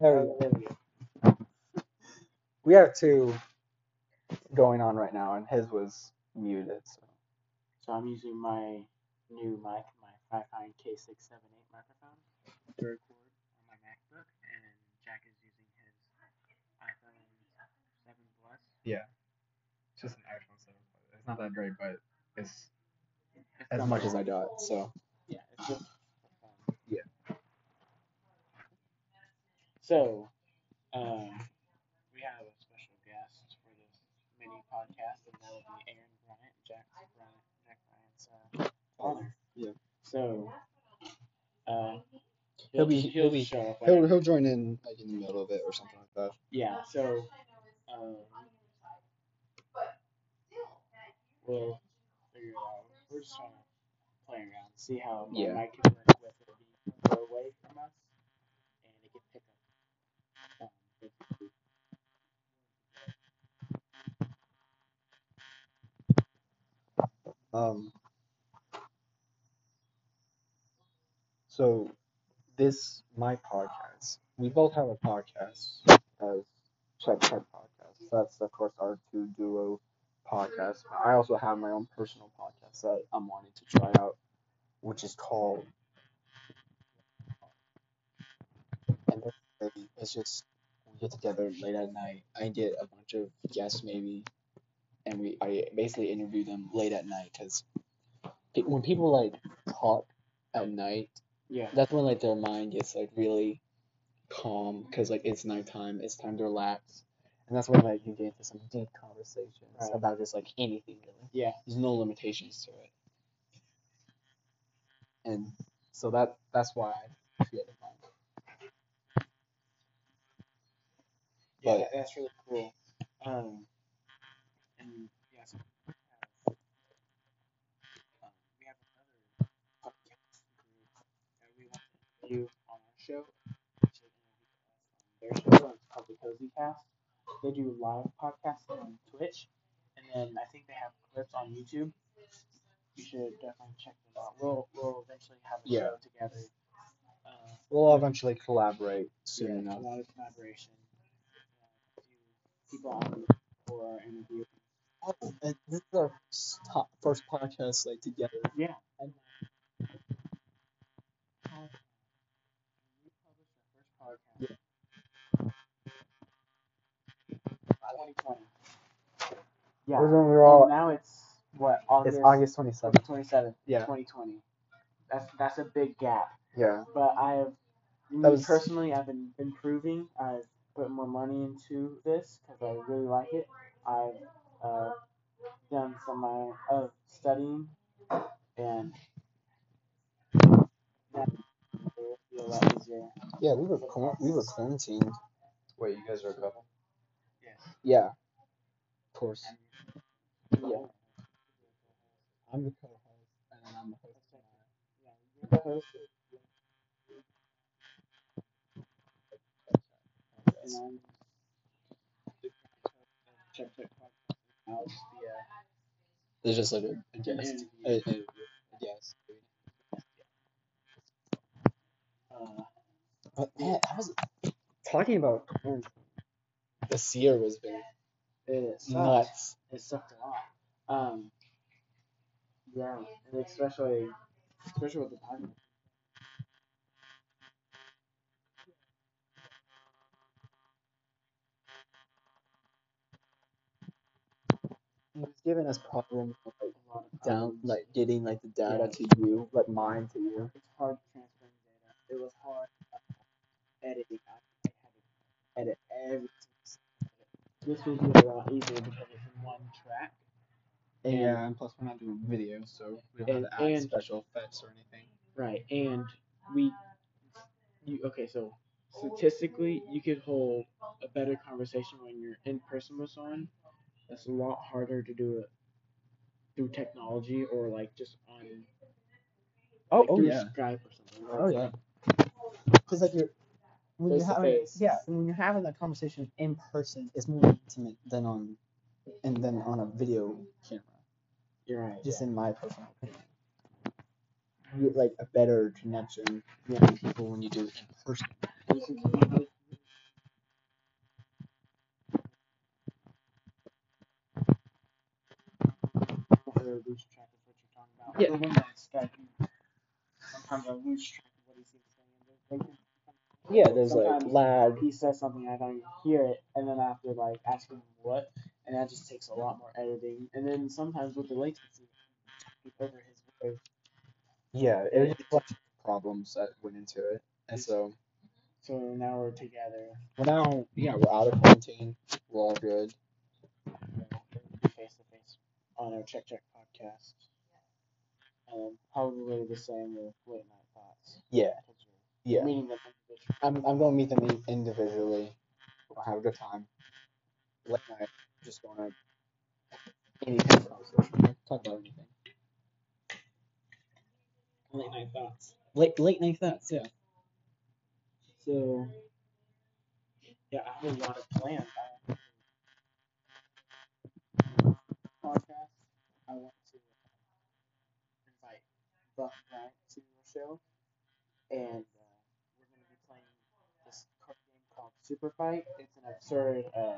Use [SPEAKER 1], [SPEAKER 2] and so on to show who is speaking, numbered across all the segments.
[SPEAKER 1] There we go. We have two going on right now, and his was muted. So.
[SPEAKER 2] So I'm using my new mic, my Fifine K678 microphone to record on my MacBook, and Jack is using his iPhone 7 Plus.
[SPEAKER 3] Yeah. It's just an iPhone 7 Plus. It's not that great, but it's
[SPEAKER 2] It's
[SPEAKER 3] as
[SPEAKER 2] dumb.
[SPEAKER 3] much as I got. So
[SPEAKER 2] Yeah, it's just um,
[SPEAKER 3] Yeah.
[SPEAKER 2] So, um, we have a special guest for this mini podcast, and that will be Aaron Bryant, Jack Bryant, Jack Bryant's uh, father.
[SPEAKER 3] Yeah.
[SPEAKER 2] So, uh,
[SPEAKER 3] He'll be-
[SPEAKER 2] he'll,
[SPEAKER 3] he'll be-
[SPEAKER 2] show up.
[SPEAKER 3] he'll
[SPEAKER 2] whenever-
[SPEAKER 3] he'll join in like in the middle of it or something like that.
[SPEAKER 2] yeah. So, um, we'll figure it out. We're just trying to play around, see how my
[SPEAKER 3] Yeah.
[SPEAKER 2] mic can work with it being far away from us, and it can pick up. Um, basically.
[SPEAKER 3] Um. So this my podcast. We both have a podcast as Check Check Podcast. That's of course our two duo podcast. But I also have my own personal podcast that I'm wanting to try out, which is called. And it's- it's just we get together late at night. I get a bunch of guests maybe and we I basically interview them late at night because pe- when people like talk at night,
[SPEAKER 2] Yeah.
[SPEAKER 3] that's when like their mind gets like really calm because like it's nighttime, it's time to relax, and that's when like you get into some deep conversations
[SPEAKER 2] Right.
[SPEAKER 3] about just like anything really.
[SPEAKER 2] Yeah.
[SPEAKER 3] There's no limitations to it, and so that that's why I feel the mind.
[SPEAKER 2] Yeah,
[SPEAKER 3] But-
[SPEAKER 2] that- that's really cool. Um, and yeah, so we have, um, we have another podcast group that we want to interview on our show, which is interview us on their show. and It's called the Cozy Cast. They do live podcasting on Twitch, and then I think they have clips on YouTube. You should definitely check them out. We'll we'll eventually have a
[SPEAKER 3] Yeah.
[SPEAKER 2] show together. Uh,
[SPEAKER 3] We'll eventually collaborate soon
[SPEAKER 2] yeah,
[SPEAKER 3] enough.
[SPEAKER 2] a lot of collaboration. Uh, to people on for our interview.
[SPEAKER 3] Oh, and this is our s- to- first podcast like together.
[SPEAKER 2] Yeah.
[SPEAKER 3] And-
[SPEAKER 2] um, We published our first podcast. Yeah. 2020. Yeah.
[SPEAKER 3] when we were
[SPEAKER 2] Well, now it's what August.
[SPEAKER 3] It's August 27th.
[SPEAKER 2] 27th.
[SPEAKER 3] Yeah.
[SPEAKER 2] 2020. That's that's a big gap.
[SPEAKER 3] Yeah.
[SPEAKER 2] but I have me
[SPEAKER 3] was-
[SPEAKER 2] personally I've been improving. I've put more money into this because I really like it. I've uh, done some of my of studying and that will be a lot easier.
[SPEAKER 3] Yeah, we were quar- we were quarantined. Wait, you guys are a couple?
[SPEAKER 2] Yes.
[SPEAKER 3] Yeah. Of course. Yeah. I'm the co-host, and then I'm the host.
[SPEAKER 2] Yeah, you're the host,
[SPEAKER 3] of
[SPEAKER 2] and
[SPEAKER 3] this.
[SPEAKER 2] I'm the check check podcast.
[SPEAKER 3] uh,
[SPEAKER 2] I'll just be a
[SPEAKER 3] There's just like a, a guest. A, a, a guest.
[SPEAKER 2] uh,
[SPEAKER 3] But yeah, I was talking about this year was been
[SPEAKER 2] it sucks.
[SPEAKER 3] nuts.
[SPEAKER 2] it sucked a lot. Um, yeah, and especially especially with the time.
[SPEAKER 3] It's given us problems with, like
[SPEAKER 2] A lot of
[SPEAKER 3] down,
[SPEAKER 2] problems.
[SPEAKER 3] like getting like the data to you, like mine to you.
[SPEAKER 2] it's hard transferring data. It was hard uh, editing. I I had to edit everything. This would be a lot easier because it's in one track.
[SPEAKER 3] And,
[SPEAKER 2] Yeah,
[SPEAKER 3] plus we're not doing video, so we
[SPEAKER 2] don't have to add
[SPEAKER 3] special effects or anything.
[SPEAKER 2] Right, and we, you okay? So statistically, you could hold a better conversation when you're in person with someone. That's a lot harder to do it through technology or like just on
[SPEAKER 3] Oh,
[SPEAKER 2] like
[SPEAKER 3] oh
[SPEAKER 2] through
[SPEAKER 3] yeah.
[SPEAKER 2] Skype or something.
[SPEAKER 3] Oh yeah. Because like you're when you're
[SPEAKER 2] Face to
[SPEAKER 3] having
[SPEAKER 2] face.
[SPEAKER 3] yeah, and when you're having that conversation in person, it's more intimate than on and then on a video camera.
[SPEAKER 2] You're right.
[SPEAKER 3] Just in my personal opinion, you get like a better connection
[SPEAKER 2] yeah.
[SPEAKER 3] with people when you do it in person.
[SPEAKER 2] listen to one of those or lose track of what you're talking about.
[SPEAKER 1] Yeah.
[SPEAKER 2] The one that's got you. Sometimes I lose track of what he's saying.
[SPEAKER 1] Yeah, there's
[SPEAKER 2] Sometimes-
[SPEAKER 1] like lag.
[SPEAKER 2] He says something, I don't even hear it, and then I have to like ask him what, and that just takes a lot more editing. And then sometimes with the latency, it's over his voice.
[SPEAKER 1] Yeah, it it's like problems that went into it. And so
[SPEAKER 2] So now we're together.
[SPEAKER 1] we're now, yeah, we're out of quarantine. We're all good.
[SPEAKER 2] face to face on our Check Check podcast. Um, probably the same with late night thoughts.
[SPEAKER 1] Yeah,
[SPEAKER 2] 'cause you're
[SPEAKER 1] yeah.
[SPEAKER 2] Meeting them individually.
[SPEAKER 1] I'm, I'm going to meet them in- individually. We'll have a good time. Late night, just going to anything, conversation, talk about anything.
[SPEAKER 2] Late night thoughts.
[SPEAKER 1] Late, late night thoughts, yeah.
[SPEAKER 2] So, yeah, I have a lot of plans. I podcast. I want to invite Buck Knight to the show, and uh, we're going to be playing this card game called Super Fight. It's an absurd uh,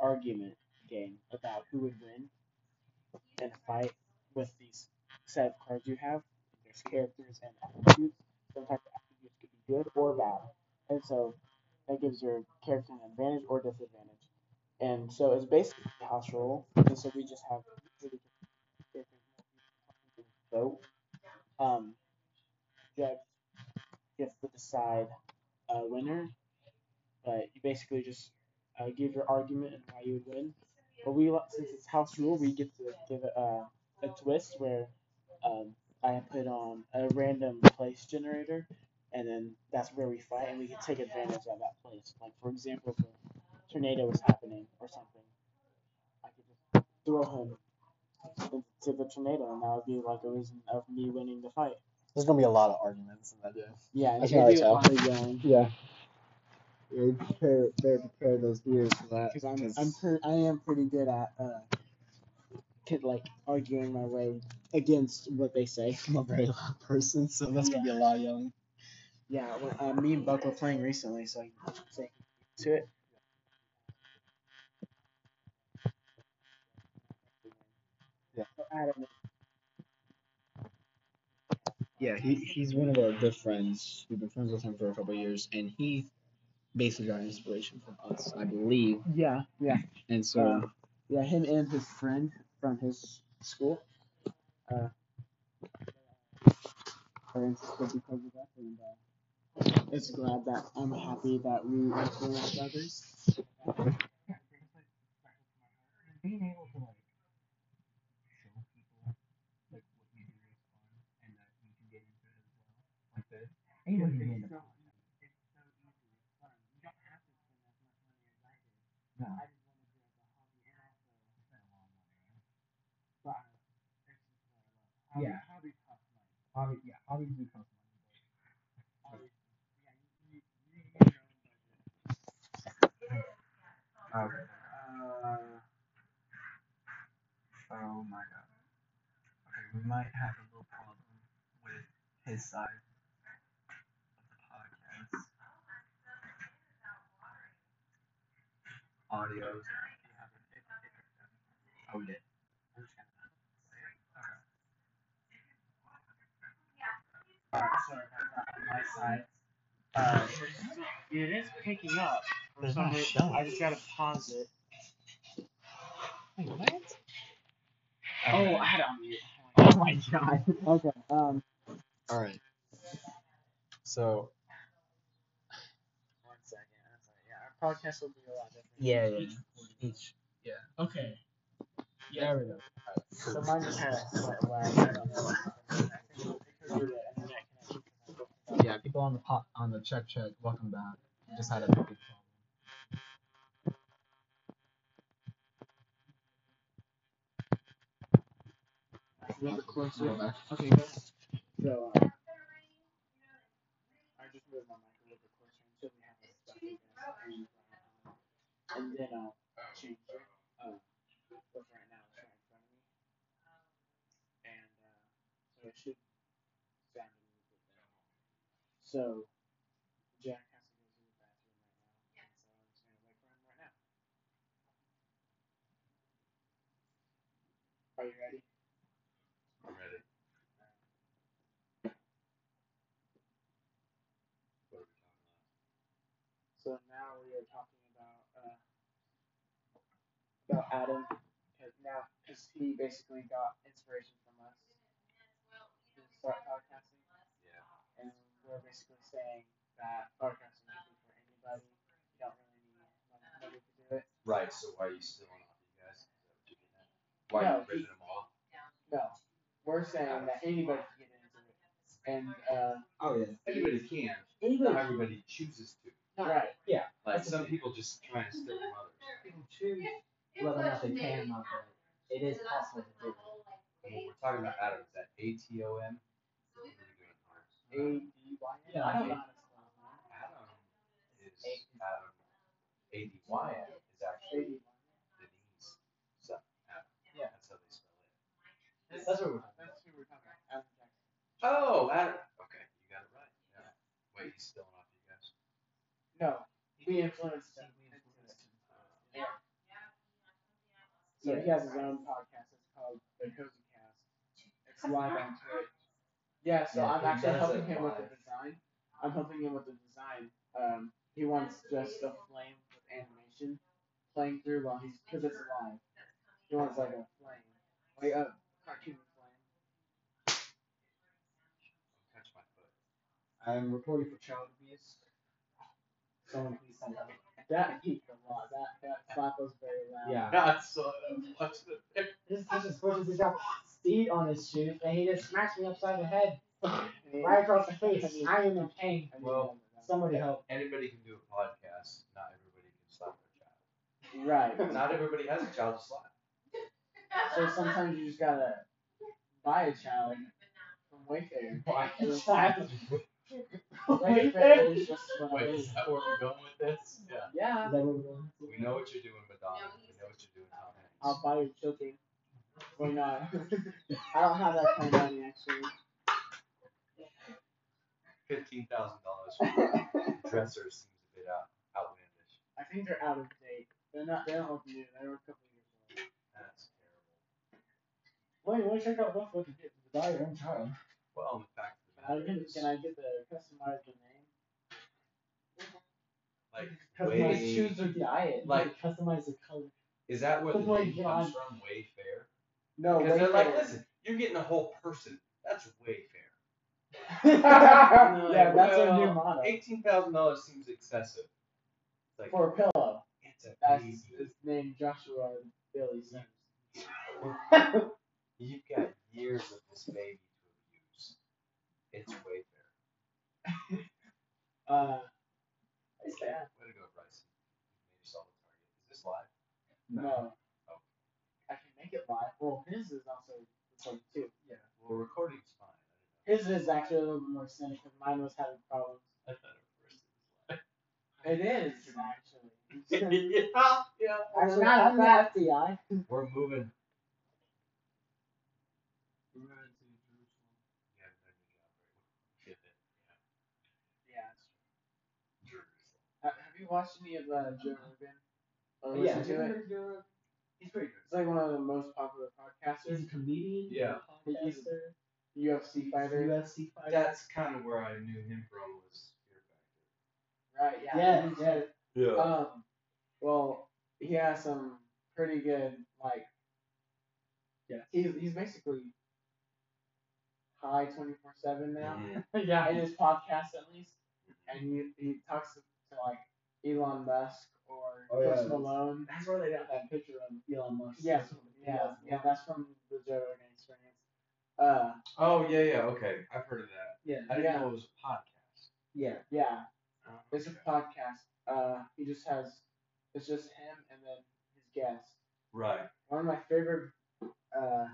[SPEAKER 2] argument game about who would win in a fight with these set of cards you have. There's characters and attributes. Sometimes the attributes could be good or bad. And so that gives your character an advantage or disadvantage. And so it's basically a house rule. And so we just have if we vote. Um, judge gets to decide a winner, but you basically just uh, give your argument and why you would win. But we, lo- since it's house rule, we get to give it a, a twist where um, I put on a random place generator, and then that's where we fight, and we can take advantage of that place. Like for example, if a tornado is happening or something, I could just throw him into the tornado, and that would be like a reason of me winning the fight.
[SPEAKER 1] There's going to be a lot of arguments in that day.
[SPEAKER 2] Yeah, and
[SPEAKER 1] I
[SPEAKER 2] it's
[SPEAKER 1] can
[SPEAKER 2] gonna be
[SPEAKER 1] already
[SPEAKER 2] a lot of yelling.
[SPEAKER 1] Yeah. Yeah, prepare, better prepare those ears for that.
[SPEAKER 2] Because I'm, I'm per- I am pretty good at uh, kid, like arguing my way against what they say.
[SPEAKER 1] I'm a very loud person, so that's gonna be a lot of yelling.
[SPEAKER 2] Yeah, well, uh, me and Buck were playing recently, so I can say to it.
[SPEAKER 1] Yeah.
[SPEAKER 2] So I don't know.
[SPEAKER 1] Yeah, he, he's one of our good friends. We've been friends with him for a couple of years, and he basically got inspiration from us, I believe.
[SPEAKER 2] Yeah, yeah,
[SPEAKER 1] And so
[SPEAKER 2] Uh, yeah. Him and his friend from his school. Uh, are interested because of that, and uh, it's glad that I'm happy that we influenced others.
[SPEAKER 4] being able to like show people like what we do is fun and that you can get into it as well, like this. And you don't even need to buy it. No. Yeah. Hobby, yeah, hobbies do cost money. but- Okay. Oh my god. Okay, we might have a little problem with his side of the podcast. Audios. Oh, we did. Okay.
[SPEAKER 2] my side. Uh, it is picking up for
[SPEAKER 4] It's
[SPEAKER 2] some
[SPEAKER 4] not
[SPEAKER 2] reason.
[SPEAKER 4] showing.
[SPEAKER 2] I just gotta pause it.
[SPEAKER 4] Wait, what?
[SPEAKER 2] Oh,
[SPEAKER 4] Okay.
[SPEAKER 2] I had it on mute.
[SPEAKER 4] Oh my god.
[SPEAKER 2] Okay. Um.
[SPEAKER 1] all right. So
[SPEAKER 2] One second. I'm sorry. Yeah, our podcast will be a lot different.
[SPEAKER 4] Yeah, yeah.
[SPEAKER 1] each yeah.
[SPEAKER 2] Okay.
[SPEAKER 4] There we go.
[SPEAKER 2] So mine just had a slight lag. I don't know. I think it's because of the internet connection.
[SPEAKER 1] Yeah, people on the pot on the check check, welcome back. Just had a big problem.
[SPEAKER 2] A little bit
[SPEAKER 1] Go
[SPEAKER 2] closer.
[SPEAKER 1] back.
[SPEAKER 2] Okay. Go ahead. So. Uh, I just moved my mic a little bit closer until we have this back again. And then I'll change it. Uh, but right now it's right in front of me. And uh, so it should sound a little bit better. So, Joe, Are you ready?
[SPEAKER 5] I'm ready. What are we talking about?
[SPEAKER 2] So now we are talking about uh, about Adam, because now because he basically got inspiration from us to start podcasting,
[SPEAKER 5] Yeah.
[SPEAKER 2] and we're basically saying that podcasting can be for anybody. You don't really need money to do it.
[SPEAKER 5] Right. So why are you stealing off you guys? Is that what you're getting at? Why are
[SPEAKER 2] No,
[SPEAKER 5] you ripping them off?
[SPEAKER 2] No, we're saying that anybody can get into it, and uh,
[SPEAKER 5] Oh yeah. Anybody can.
[SPEAKER 2] anybody.
[SPEAKER 5] Not everybody chooses to.
[SPEAKER 2] Right.
[SPEAKER 5] Like some people just try and steal from others.
[SPEAKER 4] People choose whether or not they can or not, but it is possible to do it.
[SPEAKER 5] And when we're talking about Adam, is that A T O M?
[SPEAKER 2] A D Y N. I don't know how to spell that.
[SPEAKER 5] Adam is Adam. A D Y M is
[SPEAKER 2] A D
[SPEAKER 5] actually
[SPEAKER 2] Y N.
[SPEAKER 5] Denise. So Adam.
[SPEAKER 2] Yeah.
[SPEAKER 5] That's how they spell it.
[SPEAKER 4] That's what we're talking about.
[SPEAKER 2] That's who we're talking about. Adam Jackson.
[SPEAKER 5] Oh, Adam. Okay, you got it right. Yeah. Wait, he's stealing off you guys.
[SPEAKER 2] No, we influenced him. Yeah. So he has his own podcast. It's called The Cozy Cast. It's live on Twitch. Yeah, so
[SPEAKER 4] Yeah,
[SPEAKER 2] I'm
[SPEAKER 4] he
[SPEAKER 2] actually
[SPEAKER 4] does
[SPEAKER 2] helping
[SPEAKER 4] it
[SPEAKER 2] him with
[SPEAKER 4] live.
[SPEAKER 2] the design. I'm helping him with the design. Um, he wants just a flame with animation playing through while he's because it's live. He wants like a flame, like a cartoon flame.
[SPEAKER 5] Don't touch my foot.
[SPEAKER 3] I'm reporting for child abuse. Someone please send help.
[SPEAKER 2] That peaked a lot. That that slap was very loud.
[SPEAKER 3] Yeah.
[SPEAKER 5] Not so much the
[SPEAKER 4] This teacher's supposed to drop seed on his shoe, and he just smacked me upside the head,
[SPEAKER 2] And-
[SPEAKER 4] right across the face. I am in pain.
[SPEAKER 2] and-
[SPEAKER 5] Well-
[SPEAKER 4] Somebody help.
[SPEAKER 5] Anybody can do a podcast. Not everybody can slap their child.
[SPEAKER 2] right.
[SPEAKER 5] Not everybody has a child to slap.
[SPEAKER 2] So sometimes you just gotta buy a child from Wayfair.
[SPEAKER 5] Buy
[SPEAKER 2] And then
[SPEAKER 4] child.
[SPEAKER 2] Wayfair is just what it
[SPEAKER 5] Wait, is
[SPEAKER 2] is.
[SPEAKER 5] that where we're going with this? Yeah.
[SPEAKER 2] Yeah,
[SPEAKER 4] Is that what we're doing?
[SPEAKER 5] We know what you're doing, Madonna. We know what you're doing, Tom Hanks.
[SPEAKER 2] I'll buy your children. Why not? I don't have that kind of money actually.
[SPEAKER 5] Fifteen thousand dollars for a dresser seems a bit out, outlandish.
[SPEAKER 2] I think they're out of date. They're not. They don't look new. They were a couple years
[SPEAKER 5] That's terrible.
[SPEAKER 2] old. Wait, wait, check out what what to get.
[SPEAKER 3] Buy your own child.
[SPEAKER 5] Well, the fact of the
[SPEAKER 2] I
[SPEAKER 5] matter
[SPEAKER 2] can,
[SPEAKER 5] is,
[SPEAKER 2] can I get the customized name?
[SPEAKER 5] like,
[SPEAKER 4] Customize
[SPEAKER 5] way-
[SPEAKER 4] shoes or diet.
[SPEAKER 5] like-
[SPEAKER 4] customize the color.
[SPEAKER 5] is that where the
[SPEAKER 4] Oh my
[SPEAKER 5] name comes from? Wayfair.
[SPEAKER 2] No,
[SPEAKER 5] Because they're like,
[SPEAKER 2] Oh, Wayfair.
[SPEAKER 5] listen, you're getting a whole person. That's way fair.
[SPEAKER 2] yeah, that's our new
[SPEAKER 5] Well,
[SPEAKER 2] motto.
[SPEAKER 5] Eighteen thousand dollars seems excessive. It's like
[SPEAKER 2] For a pillow.
[SPEAKER 5] it's a
[SPEAKER 2] That's
[SPEAKER 5] baby.
[SPEAKER 2] his name, Joshua Billy Sims. Uh,
[SPEAKER 5] You've got years of this baby to abuse. It's way fair.
[SPEAKER 2] Uh, yeah.
[SPEAKER 5] Way to go, Bryson. You made yourself a target. Is this live?
[SPEAKER 2] No.
[SPEAKER 5] Oh.
[SPEAKER 2] I can make it live. Well, his is also recorded too.
[SPEAKER 5] Yeah. Well, recording's fine.
[SPEAKER 2] His is actually a little bit more cynic, and mine was having problems.
[SPEAKER 5] I thought at first it was live.
[SPEAKER 2] It is actually.
[SPEAKER 5] yeah, yeah.
[SPEAKER 2] I'm not a fat guy.
[SPEAKER 5] We're moving.
[SPEAKER 3] We're going to Jerusalem.
[SPEAKER 5] Yeah, there you go. Very well.
[SPEAKER 2] Yeah.
[SPEAKER 5] Yeah. Jerusalem.
[SPEAKER 2] Have have you watched any of uh, Joe Rogan? Or
[SPEAKER 4] Oh, Yeah,
[SPEAKER 2] listened to it?
[SPEAKER 3] He's pretty good.
[SPEAKER 2] It's like one of the most popular podcasters.
[SPEAKER 4] He's a comedian.
[SPEAKER 5] Yeah.
[SPEAKER 4] He's a
[SPEAKER 2] He's
[SPEAKER 4] podcaster,
[SPEAKER 2] UFC fighter.
[SPEAKER 4] UFC fighter.
[SPEAKER 5] That's kind of where I knew him from was Fear Factor.
[SPEAKER 2] Right, yeah.
[SPEAKER 4] Yeah,
[SPEAKER 2] he's dead.
[SPEAKER 5] Yeah.
[SPEAKER 2] Um, well, he has some pretty good like.
[SPEAKER 4] Yeah.
[SPEAKER 2] He's he's basically high twenty four seven
[SPEAKER 5] Oh,
[SPEAKER 2] now
[SPEAKER 4] Mm-hmm. yeah.
[SPEAKER 2] in his podcast at least, and he he talks to, like Elon Musk or
[SPEAKER 3] Oh, yeah.
[SPEAKER 2] Chris Malone.
[SPEAKER 4] That's where they got that picture of Elon Musk.
[SPEAKER 2] Yeah, yeah, yeah. That's from the Joe Rogan Experience. Uh,
[SPEAKER 5] Oh yeah, yeah. Okay, I've heard of that.
[SPEAKER 4] Yeah.
[SPEAKER 5] I didn't
[SPEAKER 2] Yeah.
[SPEAKER 5] know it was a podcast.
[SPEAKER 4] Yeah.
[SPEAKER 2] yeah, it's
[SPEAKER 5] Oh, Okay.
[SPEAKER 2] a podcast. Uh, he just has it's just him and then his guest.
[SPEAKER 5] Right.
[SPEAKER 2] One of my favorite uh,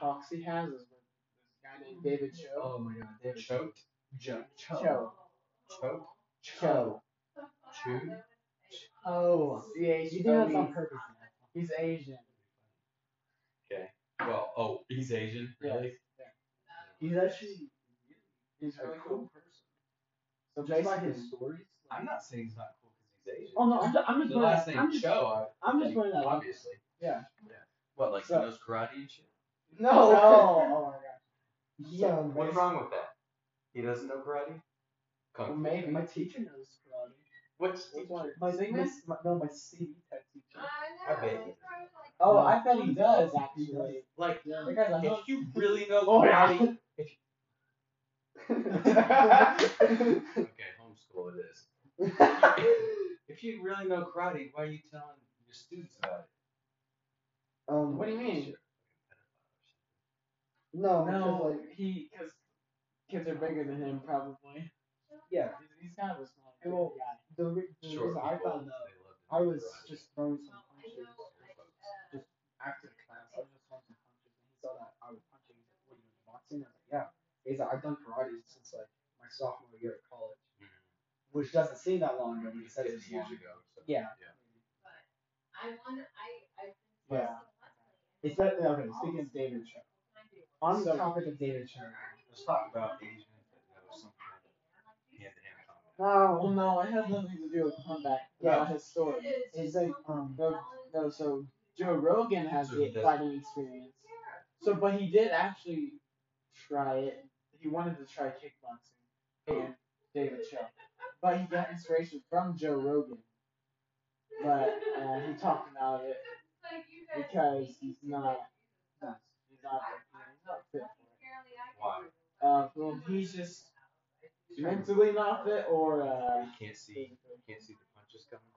[SPEAKER 2] talks he has is with this guy named David Cho.
[SPEAKER 4] Oh my god. David
[SPEAKER 5] Choked.
[SPEAKER 4] Cho.
[SPEAKER 2] Cho.
[SPEAKER 5] Choked.
[SPEAKER 2] Cho.
[SPEAKER 5] Chewed.
[SPEAKER 4] Oh.
[SPEAKER 2] C-H-O-E.
[SPEAKER 4] You did that on purpose.
[SPEAKER 2] He's Asian.
[SPEAKER 5] Okay. Well, oh, he's Asian.
[SPEAKER 2] Yeah.
[SPEAKER 5] Really?
[SPEAKER 4] He's actually
[SPEAKER 2] He's
[SPEAKER 5] A
[SPEAKER 2] really
[SPEAKER 5] cool
[SPEAKER 2] cool.
[SPEAKER 5] person.
[SPEAKER 2] So
[SPEAKER 4] just like
[SPEAKER 2] basically,
[SPEAKER 4] his stories.
[SPEAKER 5] I'm not saying he's not cool because he's Asian.
[SPEAKER 4] Oh no, I'm just, I'm just
[SPEAKER 5] the
[SPEAKER 4] going.
[SPEAKER 5] last
[SPEAKER 4] out-
[SPEAKER 5] name
[SPEAKER 4] I'm just,
[SPEAKER 5] Cho. I,
[SPEAKER 4] I'm just going. out-
[SPEAKER 5] obviously.
[SPEAKER 2] yeah.
[SPEAKER 5] What, like he
[SPEAKER 1] So-
[SPEAKER 5] knows karate and shit?
[SPEAKER 2] No. Oh
[SPEAKER 4] No.
[SPEAKER 2] Yeah,
[SPEAKER 4] So,
[SPEAKER 5] What's wrong with that? He doesn't know karate?
[SPEAKER 2] Well,
[SPEAKER 5] Kung Fu.
[SPEAKER 2] maybe my teacher knows karate.
[SPEAKER 5] What's
[SPEAKER 2] Which one? My
[SPEAKER 5] Zing
[SPEAKER 2] my,
[SPEAKER 5] Man?
[SPEAKER 2] my no, my CD tech teacher.
[SPEAKER 5] I bet he
[SPEAKER 2] Oh,
[SPEAKER 1] No.
[SPEAKER 2] I bet he does actually.
[SPEAKER 5] Like,
[SPEAKER 2] Yeah, that guy's a
[SPEAKER 5] if
[SPEAKER 2] hook.
[SPEAKER 5] you really know
[SPEAKER 2] Oh, yeah.
[SPEAKER 5] karate.
[SPEAKER 2] "Oh."
[SPEAKER 5] okay, homeschool it is. If you really know karate, why are you telling your students about it?
[SPEAKER 1] Um,
[SPEAKER 2] What do you mean? No,
[SPEAKER 1] No, because, Oh, like,
[SPEAKER 2] he because kids are bigger than him probably.
[SPEAKER 1] yeah,
[SPEAKER 2] He's- He's kind of a small kid.
[SPEAKER 1] Well, the, re- the
[SPEAKER 5] Short
[SPEAKER 1] reason I
[SPEAKER 5] people,
[SPEAKER 1] found out,
[SPEAKER 5] they love to
[SPEAKER 1] I
[SPEAKER 5] do
[SPEAKER 1] was
[SPEAKER 5] karate.
[SPEAKER 1] just throwing some punches
[SPEAKER 5] Just-
[SPEAKER 1] after class. I was just throwing some punches, and he saw that I was punching. He's like, "What you doing, boxing?" I was like, "Yeah." He's like, "I've done karate since like my sophomore year of college," which doesn't seem that long ago, but he says
[SPEAKER 5] Fifty
[SPEAKER 1] it's
[SPEAKER 5] Mm-hmm. years
[SPEAKER 1] long.
[SPEAKER 5] ago. so-
[SPEAKER 1] Yeah.
[SPEAKER 2] Yeah.
[SPEAKER 1] It's that okay. Speaking of David Cho, on the topic of David Cho,
[SPEAKER 5] Let's talk about Asians that know some kind of hand-to-hand combat.
[SPEAKER 2] Well,
[SPEAKER 1] no,
[SPEAKER 2] no, it has nothing to do with comeback.
[SPEAKER 1] Yeah.
[SPEAKER 2] Not his story.
[SPEAKER 1] it's like um,
[SPEAKER 2] No, no. So Joe Rogan has
[SPEAKER 5] So he
[SPEAKER 2] the
[SPEAKER 5] does-
[SPEAKER 2] fighting experience. So, but he did actually try it. He wanted to try kickboxing and David Cho, but he got inspiration from Joe Rogan. But uh, he talked about it because he's not
[SPEAKER 1] no.
[SPEAKER 2] he's not, he's not fit for
[SPEAKER 5] Why?
[SPEAKER 2] it. Uh, well, he's just mentally not fit or uh,
[SPEAKER 5] You can't see, you can't see the punches coming.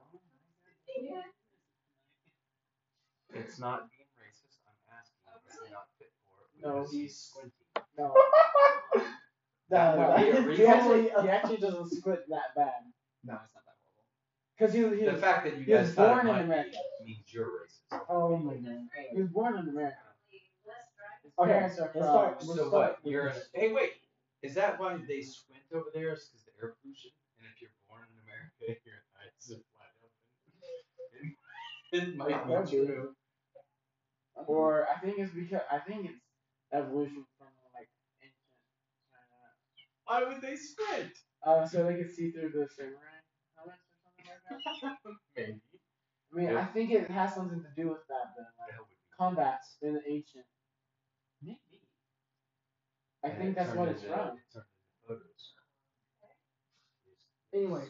[SPEAKER 5] It's not being racist. I'm asking. It's not fit for. it. We
[SPEAKER 2] No,
[SPEAKER 5] wanna see
[SPEAKER 2] he's-
[SPEAKER 5] squinting.
[SPEAKER 2] no.
[SPEAKER 1] That-
[SPEAKER 2] No,
[SPEAKER 1] that-
[SPEAKER 2] he,
[SPEAKER 5] that-
[SPEAKER 2] he actually
[SPEAKER 1] uh,
[SPEAKER 2] he actually doesn't squint that bad.
[SPEAKER 1] No, it's not that horrible.
[SPEAKER 2] Cause he, was- he
[SPEAKER 5] The
[SPEAKER 2] was
[SPEAKER 5] fact that you
[SPEAKER 2] he was
[SPEAKER 5] guys thought it
[SPEAKER 2] born in
[SPEAKER 5] might
[SPEAKER 2] America.
[SPEAKER 5] be means you're racist.
[SPEAKER 1] Oh my god.
[SPEAKER 2] He was born in America. His
[SPEAKER 1] Okay,
[SPEAKER 2] parents are
[SPEAKER 1] let's
[SPEAKER 2] from-
[SPEAKER 1] Um, start-
[SPEAKER 5] So
[SPEAKER 1] We're
[SPEAKER 5] what?
[SPEAKER 1] stuck with
[SPEAKER 5] You're.
[SPEAKER 1] this.
[SPEAKER 5] Hey, wait. Is that why they squint over there? Is because the air pollution? And if you're born in America, your eyes are wide open. It might
[SPEAKER 2] That'd
[SPEAKER 5] be
[SPEAKER 2] be-
[SPEAKER 5] true.
[SPEAKER 2] Or I think it's because I think it's evolution from like ancient
[SPEAKER 5] Why would they squint?
[SPEAKER 2] China. Uh, so they could see through the samurai helmets or something like that. I
[SPEAKER 5] Maybe.
[SPEAKER 2] mean, I
[SPEAKER 5] Yeah.
[SPEAKER 2] think it has something to do with that though. Like
[SPEAKER 5] That would be.
[SPEAKER 2] combats in the ancient. I
[SPEAKER 5] And
[SPEAKER 2] think
[SPEAKER 5] it
[SPEAKER 2] that's what
[SPEAKER 5] turned
[SPEAKER 2] it's
[SPEAKER 5] into-
[SPEAKER 2] from.
[SPEAKER 5] it turned into photos.
[SPEAKER 1] Anyway,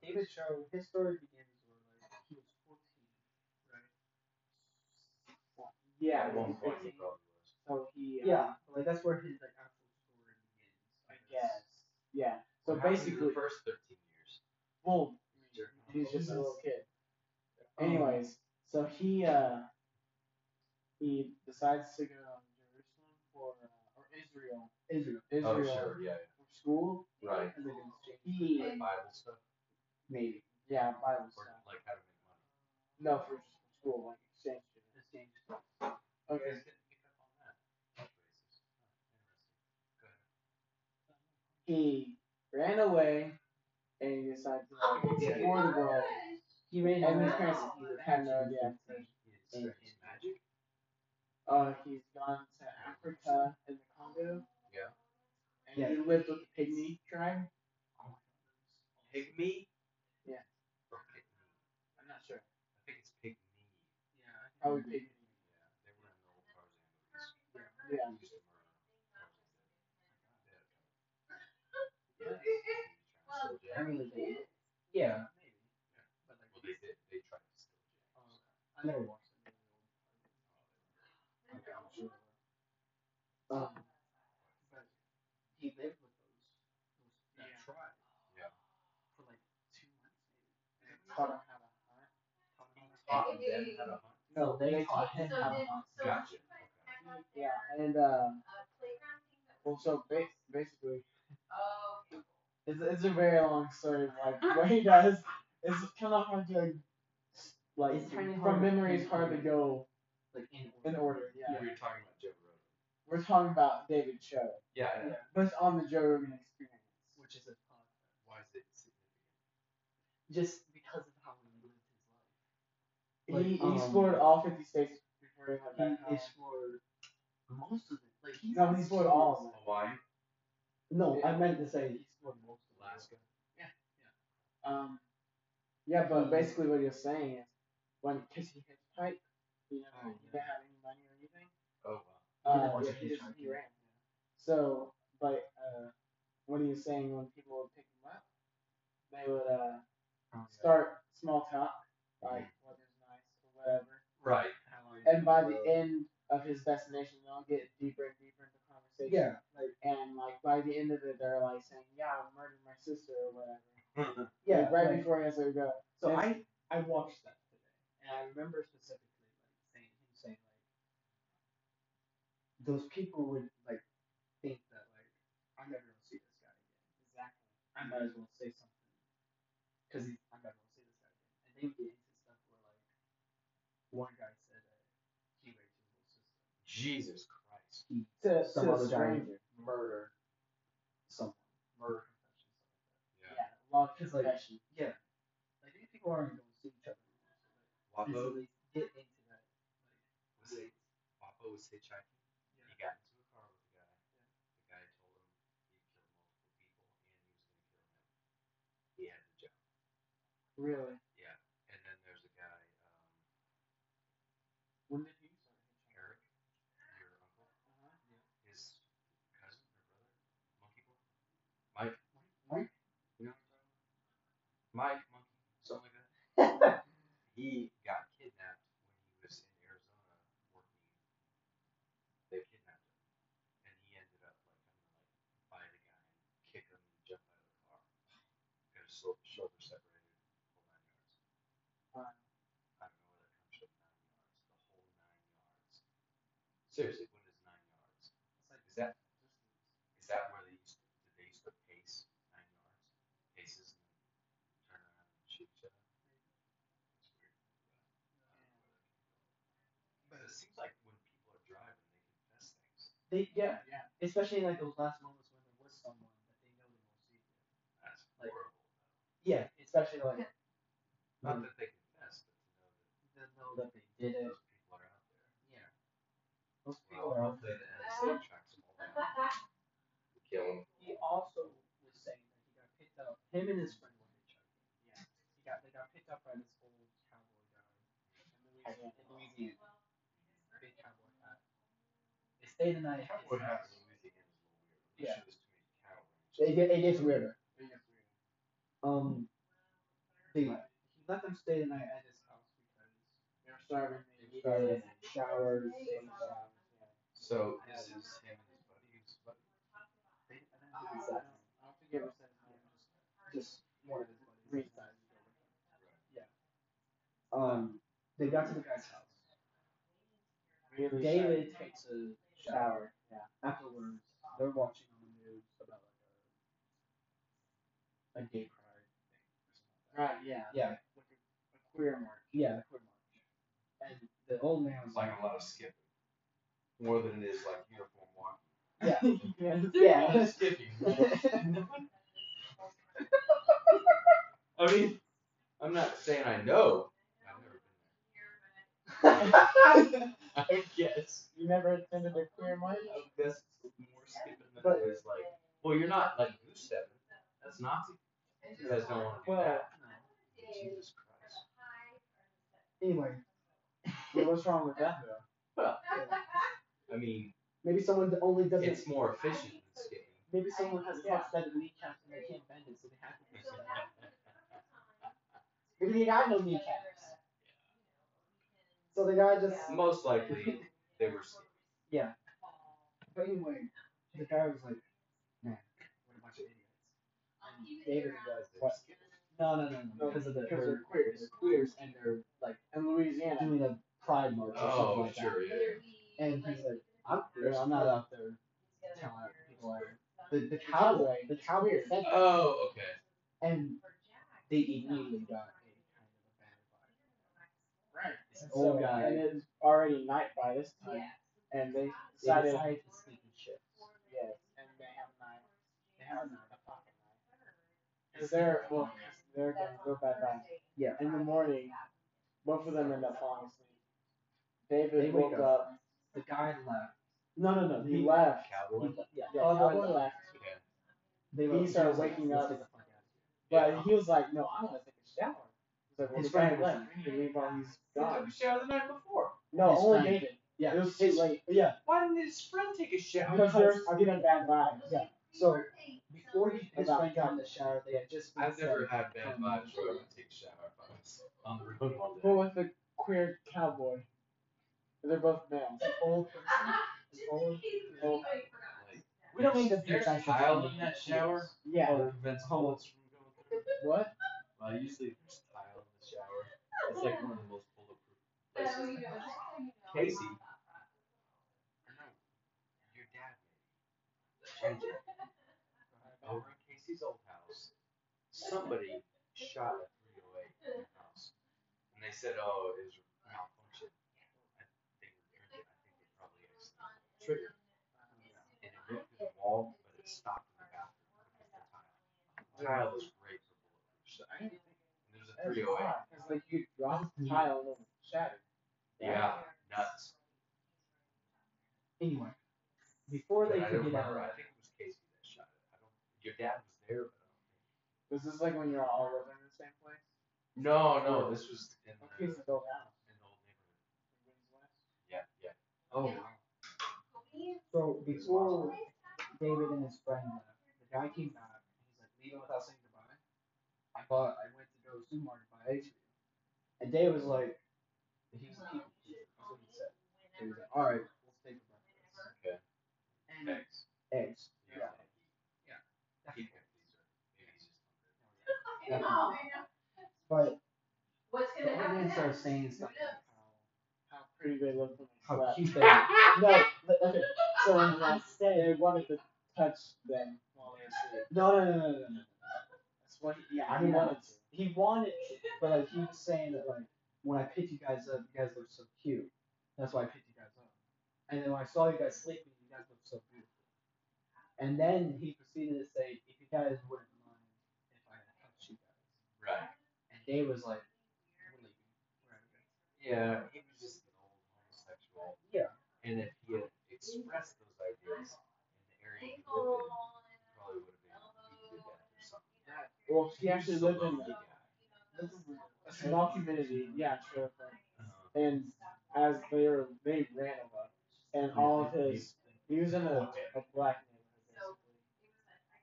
[SPEAKER 1] David Cho, his story begins when like, he was 14, right?
[SPEAKER 2] Yeah.
[SPEAKER 5] At one point, he probably was.
[SPEAKER 2] So he. uh,
[SPEAKER 1] Yeah, like that's where his like actual story begins.
[SPEAKER 2] I guess. Yeah. So
[SPEAKER 5] What happened to
[SPEAKER 2] basically,
[SPEAKER 5] the first thirteen years.
[SPEAKER 2] well,
[SPEAKER 5] Sure.
[SPEAKER 2] he's just a little kid. Oh.
[SPEAKER 1] Um,
[SPEAKER 2] Anyways, so he uh he decides to go to Jerusalem for uh, or Israel,
[SPEAKER 1] Israel.
[SPEAKER 5] Oh,
[SPEAKER 2] Israel
[SPEAKER 5] sure, yeah,
[SPEAKER 2] for school.
[SPEAKER 5] yeah. right.
[SPEAKER 1] And they didn't change.
[SPEAKER 2] He
[SPEAKER 5] Like Bible stuff,
[SPEAKER 1] Maybe.
[SPEAKER 2] yeah Bible
[SPEAKER 5] or
[SPEAKER 2] stuff.
[SPEAKER 5] like how to make money.
[SPEAKER 2] No, for s- school like exchange student.
[SPEAKER 1] Exchange.
[SPEAKER 2] Okay.
[SPEAKER 5] didn't pick up on that. That's racist. Huh,
[SPEAKER 2] He ran away and he decided to like, explore the world.
[SPEAKER 1] He made
[SPEAKER 2] And
[SPEAKER 1] no
[SPEAKER 2] his parents had no idea.
[SPEAKER 5] interesting. He experienced magic.
[SPEAKER 2] Uh, he's gone to Africa and the Congo.
[SPEAKER 5] Yeah.
[SPEAKER 2] And he lived with the pygmy tribe.
[SPEAKER 5] Oh Pygmy?
[SPEAKER 2] Yeah.
[SPEAKER 5] Or pygmy.
[SPEAKER 2] I'm not sure.
[SPEAKER 5] I think it's pygmy.
[SPEAKER 2] Probably pygmy.
[SPEAKER 5] Yeah, they were in the old Tarzan movies.
[SPEAKER 2] Yeah.
[SPEAKER 5] They used to murder Tarzan. Yeah. Well,
[SPEAKER 1] I
[SPEAKER 5] they
[SPEAKER 1] really did. Yeah. Maybe. But like,
[SPEAKER 5] did. They tried to steal Jack.
[SPEAKER 1] um, I never watched it.
[SPEAKER 5] Okay, I'm sure.
[SPEAKER 1] Um, but he lived with those, those that
[SPEAKER 2] Yeah.
[SPEAKER 1] tribe
[SPEAKER 5] Yeah.
[SPEAKER 1] for like two months maybe.
[SPEAKER 2] Taught him how to hunt.
[SPEAKER 5] Taught them how to hunt.
[SPEAKER 1] No, they,
[SPEAKER 2] They
[SPEAKER 1] taught
[SPEAKER 2] taught
[SPEAKER 1] him how to hunt.
[SPEAKER 5] Gotcha.
[SPEAKER 2] Yeah, and uh, well, so ba- basically, it's, it's a very long story. of, Like what he does, it's kind of hard to like, s- like
[SPEAKER 1] It's kinda
[SPEAKER 2] from
[SPEAKER 1] hard.
[SPEAKER 2] memory, it's hard to go
[SPEAKER 1] Like in
[SPEAKER 2] in
[SPEAKER 1] order.
[SPEAKER 2] order. Yeah,
[SPEAKER 5] We were talking about Joe Rogan.
[SPEAKER 2] we're talking about David Cho,
[SPEAKER 5] Yeah, I know.
[SPEAKER 2] but it's on the Joe Rogan Experience.
[SPEAKER 1] Which is a podcast.
[SPEAKER 5] Why is it significant?
[SPEAKER 1] Just because of how he lived his life. Like,
[SPEAKER 2] He,
[SPEAKER 1] um,
[SPEAKER 2] he explored all fifty states before he
[SPEAKER 1] He
[SPEAKER 2] went back home.
[SPEAKER 1] explored most of it. Like he
[SPEAKER 2] No, he explored all of them.
[SPEAKER 5] Hawaii,
[SPEAKER 1] No, I meant to say he explored most of
[SPEAKER 5] Alaska.
[SPEAKER 2] Um,
[SPEAKER 1] Hmm. Oh,
[SPEAKER 2] yeah, but basically what you're saying is, when because he hitchhiked, you know, he didn't have any
[SPEAKER 4] Oh,
[SPEAKER 2] uh, yeah,
[SPEAKER 4] it's a
[SPEAKER 2] he just
[SPEAKER 4] hitchhiker.
[SPEAKER 2] he ran. So, but uh, what are you saying when people would pick him up? They would uh,
[SPEAKER 1] Um,
[SPEAKER 2] start small talk, like
[SPEAKER 1] Hmm.
[SPEAKER 2] weather's nice or whatever.
[SPEAKER 5] Right. How long
[SPEAKER 2] And by the end of his destination, they'll get deeper and deeper into conversation.
[SPEAKER 1] Yeah, like
[SPEAKER 2] And like by the end of it, they're like saying, "Yeah, I murdered my sister" or whatever.
[SPEAKER 1] yeah,
[SPEAKER 2] Like, right
[SPEAKER 1] like-
[SPEAKER 2] before he has to go.
[SPEAKER 1] So
[SPEAKER 2] And-
[SPEAKER 1] I I watched that today, and I remember specifically like saying him saying like those people would like think that like I'm never gonna see this guy again. Exactly. I might as well say something because I'm never gonna see this guy again. And they would get into stuff where like one guy said that he raped his little sister.
[SPEAKER 5] Jesus Christ.
[SPEAKER 1] He
[SPEAKER 2] to,
[SPEAKER 1] some
[SPEAKER 2] to a
[SPEAKER 1] other guy.
[SPEAKER 2] stranger.
[SPEAKER 1] murdered someone. Murder confession stuff like that.
[SPEAKER 5] Yeah.
[SPEAKER 2] Yeah, long
[SPEAKER 1] It's like-
[SPEAKER 2] confession.
[SPEAKER 1] Yeah. Like these people aren't gonna see each other anymore, so like
[SPEAKER 5] Wapo
[SPEAKER 1] easily get into that.
[SPEAKER 5] was,
[SPEAKER 1] Like,
[SPEAKER 5] Wapo was hitchhiking.
[SPEAKER 1] yeah.
[SPEAKER 5] He got into a car with a guy. The guy told him he killed multiple people and he was going to kill him. He had the job.
[SPEAKER 2] Really?
[SPEAKER 5] Yeah. And then there's a guy, um,
[SPEAKER 2] When did you start hitchhiking?
[SPEAKER 5] Eric, your uncle,
[SPEAKER 2] Uh-huh.
[SPEAKER 5] his cousin or brother, Monkey Boy. Mike.
[SPEAKER 1] Mike?
[SPEAKER 5] You know what I'm talking about? Mike, Monkey, something like that. he got kidnapped when he was in Arizona working. They kidnapped him, and he ended up like kind of like fight a guy and kick him and jump out of the car. Got his shou- shoulder separated, whole nine yards.
[SPEAKER 2] Wow.
[SPEAKER 5] I don't know where that comes from. Nine yards, the whole nine yards. Seriously, what is nine yards? It's like is that is that where they used to, did they used to pace nine yards, paces, and then turn around and shoot each other? It's weird. I don't know where that came from. But it seems like when people are driving, they confess things.
[SPEAKER 1] They yeah,
[SPEAKER 2] Yeah.
[SPEAKER 1] especially in, like those last moments when there was someone that they know they won't see again.
[SPEAKER 5] That's
[SPEAKER 1] Like-
[SPEAKER 5] horrible. Though.
[SPEAKER 1] Yeah, especially like
[SPEAKER 5] Not
[SPEAKER 1] Mm.
[SPEAKER 5] that they confess, but to know that
[SPEAKER 1] they know that they did it.
[SPEAKER 5] those people are out there.
[SPEAKER 1] Yeah, those people
[SPEAKER 5] Well,
[SPEAKER 1] are out
[SPEAKER 5] hopefully
[SPEAKER 1] there.
[SPEAKER 5] the NSA tracks them all down. and Kill them.
[SPEAKER 1] He also was saying that he got picked up. Him and his friend were hitchhiking. Yeah, he got they got picked up by this old cowboy guy in Louisiana. In Louisiana. Big cowboy hat. They stayed the night. at his
[SPEAKER 5] What
[SPEAKER 1] house.
[SPEAKER 5] happens in Louisiana is a little weird. I'm
[SPEAKER 1] Yeah.
[SPEAKER 5] sure there's too many cow ranches.
[SPEAKER 1] It, get, it gets weirder. Um, they, he let them stay the night at his house because
[SPEAKER 2] They're starving. They
[SPEAKER 1] they
[SPEAKER 2] need
[SPEAKER 1] started
[SPEAKER 2] it.
[SPEAKER 1] showers.
[SPEAKER 2] They need
[SPEAKER 1] And,
[SPEAKER 2] jobs, yeah.
[SPEAKER 5] So this is him and his buddy. His buddy.
[SPEAKER 1] they, I don't
[SPEAKER 2] I
[SPEAKER 1] know
[SPEAKER 2] don't
[SPEAKER 1] his last name.
[SPEAKER 2] I don't think it was that time.
[SPEAKER 1] Just one of his buddies.
[SPEAKER 2] Reed size.
[SPEAKER 1] Um, they got to the guy's house.
[SPEAKER 2] Really
[SPEAKER 1] David
[SPEAKER 2] shy.
[SPEAKER 1] takes a shower.
[SPEAKER 2] shower. Yeah.
[SPEAKER 1] Afterwards, they're watching on the news about like a, a gay pride thing or something. Like
[SPEAKER 2] Right. Yeah.
[SPEAKER 1] that. Yeah,
[SPEAKER 2] Like a, a queer mark.
[SPEAKER 1] yeah, the queer march. And the old man was
[SPEAKER 5] It's like a lot of skipping. More than it is like uniform walking.
[SPEAKER 1] Yeah.
[SPEAKER 2] yes.
[SPEAKER 1] Yeah.
[SPEAKER 5] Just skipping. I mean, I'm not saying I know. I've never been there. I guess.
[SPEAKER 2] You never attended a queer march?
[SPEAKER 5] I guess it's more skipping than
[SPEAKER 1] But-
[SPEAKER 5] it is like. Well, you're not like goose stepping. That's Nazi. You guys don't want to do
[SPEAKER 2] Well,
[SPEAKER 5] that. Jesus Christ.
[SPEAKER 1] anyway,
[SPEAKER 2] well, what's wrong with that though?
[SPEAKER 5] Well, I mean,
[SPEAKER 1] maybe someone only does it.
[SPEAKER 5] it's more efficient than skipping.
[SPEAKER 1] Maybe someone has
[SPEAKER 2] Yeah.
[SPEAKER 1] lost that kneecap and they can't bend it, so they have to do that.
[SPEAKER 2] Maybe they got no kneecaps.
[SPEAKER 1] So the guy just
[SPEAKER 5] Most likely, they were skipping.
[SPEAKER 1] Yeah. But anyway, the guy was like, man, what a bunch of idiots. And David was what? No, no, no, no, because of the
[SPEAKER 2] Because they're
[SPEAKER 1] they're
[SPEAKER 2] queers.
[SPEAKER 1] they're queers and they're like
[SPEAKER 2] In Louisiana.
[SPEAKER 1] doing a pride march or something
[SPEAKER 5] Oh,
[SPEAKER 1] like
[SPEAKER 5] sure, yeah.
[SPEAKER 1] that. And he's like, I'm queer, I'm not out there telling people I the, the cowboy the cowboy
[SPEAKER 2] Queer.
[SPEAKER 1] said that,
[SPEAKER 5] Oh, okay.
[SPEAKER 1] and they immediately got a kind of a bad vibe.
[SPEAKER 2] Right.
[SPEAKER 1] It's an
[SPEAKER 2] So,
[SPEAKER 1] old guy.
[SPEAKER 2] And it's already night by this time. And they
[SPEAKER 1] They
[SPEAKER 2] decided.
[SPEAKER 1] decided to sleep in shifts.
[SPEAKER 2] Yes. And they have knife. They have a knife. A pocket knife. Because they're well, they're gonna go bed by.
[SPEAKER 1] Yeah.
[SPEAKER 2] In the morning, both of them end up falling asleep. David
[SPEAKER 1] They
[SPEAKER 2] woke
[SPEAKER 1] wake
[SPEAKER 2] up.
[SPEAKER 1] The guy left.
[SPEAKER 2] No, no, no. He
[SPEAKER 1] He-
[SPEAKER 2] left.
[SPEAKER 5] Cowboy.
[SPEAKER 1] He- yeah.
[SPEAKER 2] Yeah,
[SPEAKER 1] Oh, no,
[SPEAKER 2] Cowboy
[SPEAKER 1] no.
[SPEAKER 2] left.
[SPEAKER 5] Okay.
[SPEAKER 1] They
[SPEAKER 2] He
[SPEAKER 1] were-
[SPEAKER 2] started
[SPEAKER 1] was like,
[SPEAKER 2] waking
[SPEAKER 1] "Let's
[SPEAKER 2] up.
[SPEAKER 1] get the fuck out of here."
[SPEAKER 2] But he was like, "No, I want to take a shower." He's like, "Well,
[SPEAKER 1] His
[SPEAKER 2] the guy
[SPEAKER 1] friend was
[SPEAKER 2] left. We need to leave while he's
[SPEAKER 5] You took
[SPEAKER 2] gone."
[SPEAKER 5] a shower the night before.
[SPEAKER 2] No,
[SPEAKER 1] His
[SPEAKER 2] only
[SPEAKER 1] friend.
[SPEAKER 2] David.
[SPEAKER 1] Yeah.
[SPEAKER 2] It was it, like yeah.
[SPEAKER 6] Why didn't his friend take a shower?
[SPEAKER 2] Because there's I get a bad vibe. Yeah. So
[SPEAKER 1] Before he pissed
[SPEAKER 2] About-
[SPEAKER 1] Frank out in the shower, they had just. been
[SPEAKER 5] I've never
[SPEAKER 1] set-
[SPEAKER 5] had bad vibes where I would take a shower by myself on the road all day.
[SPEAKER 2] but with a queer cowboy. They're both males.
[SPEAKER 1] Old person. Old. old-
[SPEAKER 5] Like,
[SPEAKER 2] We don't need to
[SPEAKER 5] there's
[SPEAKER 2] be
[SPEAKER 5] a tile in that shower.
[SPEAKER 2] Yeah.
[SPEAKER 5] Oh, it prevents bullets from going through.
[SPEAKER 2] What?
[SPEAKER 5] Well, usually there's tile in the shower. It's like one of the most bulletproof places. in the house. Casey. Or no, your dad made it. Ginger. Over at Casey's old house, somebody shot a 308 in their house. And they said, oh, it was malfunction. I think, I think they probably accidentally triggered. And it went through the wall, but it stopped in the bathroom because of the tile. Tile is great for bulletproof stuff. And there's a
[SPEAKER 2] That's
[SPEAKER 5] 308.
[SPEAKER 2] odd. It's like you drop the tile and it'll shatter.
[SPEAKER 5] Yeah, nuts.
[SPEAKER 1] Anyway, before
[SPEAKER 5] But
[SPEAKER 1] they
[SPEAKER 5] I don't
[SPEAKER 1] could get
[SPEAKER 5] remember.
[SPEAKER 1] out,
[SPEAKER 5] I think it was Casey that shot it. I don't. Your dad was there, but I don't think.
[SPEAKER 2] Was this like when you're all living in the same place?
[SPEAKER 5] No, no, this was in the,
[SPEAKER 2] Okay, so go out.
[SPEAKER 5] in the old neighborhood. Yeah, yeah. Oh, wow.
[SPEAKER 1] so before Oh, David and his friend left, the guy came back and he's like, leaving without saying goodbye. I bought, I went to go to the supermarket to buy ice cream. And Dave was like, he was like, that's what he said. He was like, alright, let's take a breakfast.
[SPEAKER 5] Okay.
[SPEAKER 1] And
[SPEAKER 5] Thanks.
[SPEAKER 1] eggs.
[SPEAKER 5] Yeah.
[SPEAKER 1] Yeah.
[SPEAKER 5] He can't please her. Maybe he's just hungry.
[SPEAKER 1] But
[SPEAKER 7] What's
[SPEAKER 1] the
[SPEAKER 7] gonna
[SPEAKER 1] old
[SPEAKER 7] happen?
[SPEAKER 1] man started
[SPEAKER 7] next?
[SPEAKER 1] saying stuff
[SPEAKER 2] How pretty they look when they
[SPEAKER 1] like, how, how
[SPEAKER 2] slept.
[SPEAKER 1] cute they were.
[SPEAKER 2] No, but- okay. So on the last day, I wanted to touch them while they were asleep.
[SPEAKER 1] No, no, no, no, no, no.
[SPEAKER 2] That's what he, yeah,
[SPEAKER 1] I
[SPEAKER 2] he
[SPEAKER 1] mean,
[SPEAKER 2] wanted to.
[SPEAKER 1] He wanted to, but like he was saying that like when I picked you guys up, you guys look so cute. That's why I picked you guys up. And then when I saw you guys sleeping, you guys looked so beautiful. And then he proceeded to say, if you guys wouldn't mind if I touched you guys.
[SPEAKER 5] Right.
[SPEAKER 1] And Dave was like, we're leaving. We're out of here."
[SPEAKER 5] Yeah, he was just an old homosexual.
[SPEAKER 1] Yeah.
[SPEAKER 5] And if he had expressed those ideas in the area he lived in, probably would have been beat to death or something.
[SPEAKER 2] Well, he actually
[SPEAKER 5] He's a
[SPEAKER 2] lived in
[SPEAKER 5] lonely guy.
[SPEAKER 2] this is a small community, yeah, sure.
[SPEAKER 5] Uh-huh.
[SPEAKER 2] And as they were, they ran away, and all of his, he was in a, a black neighborhood,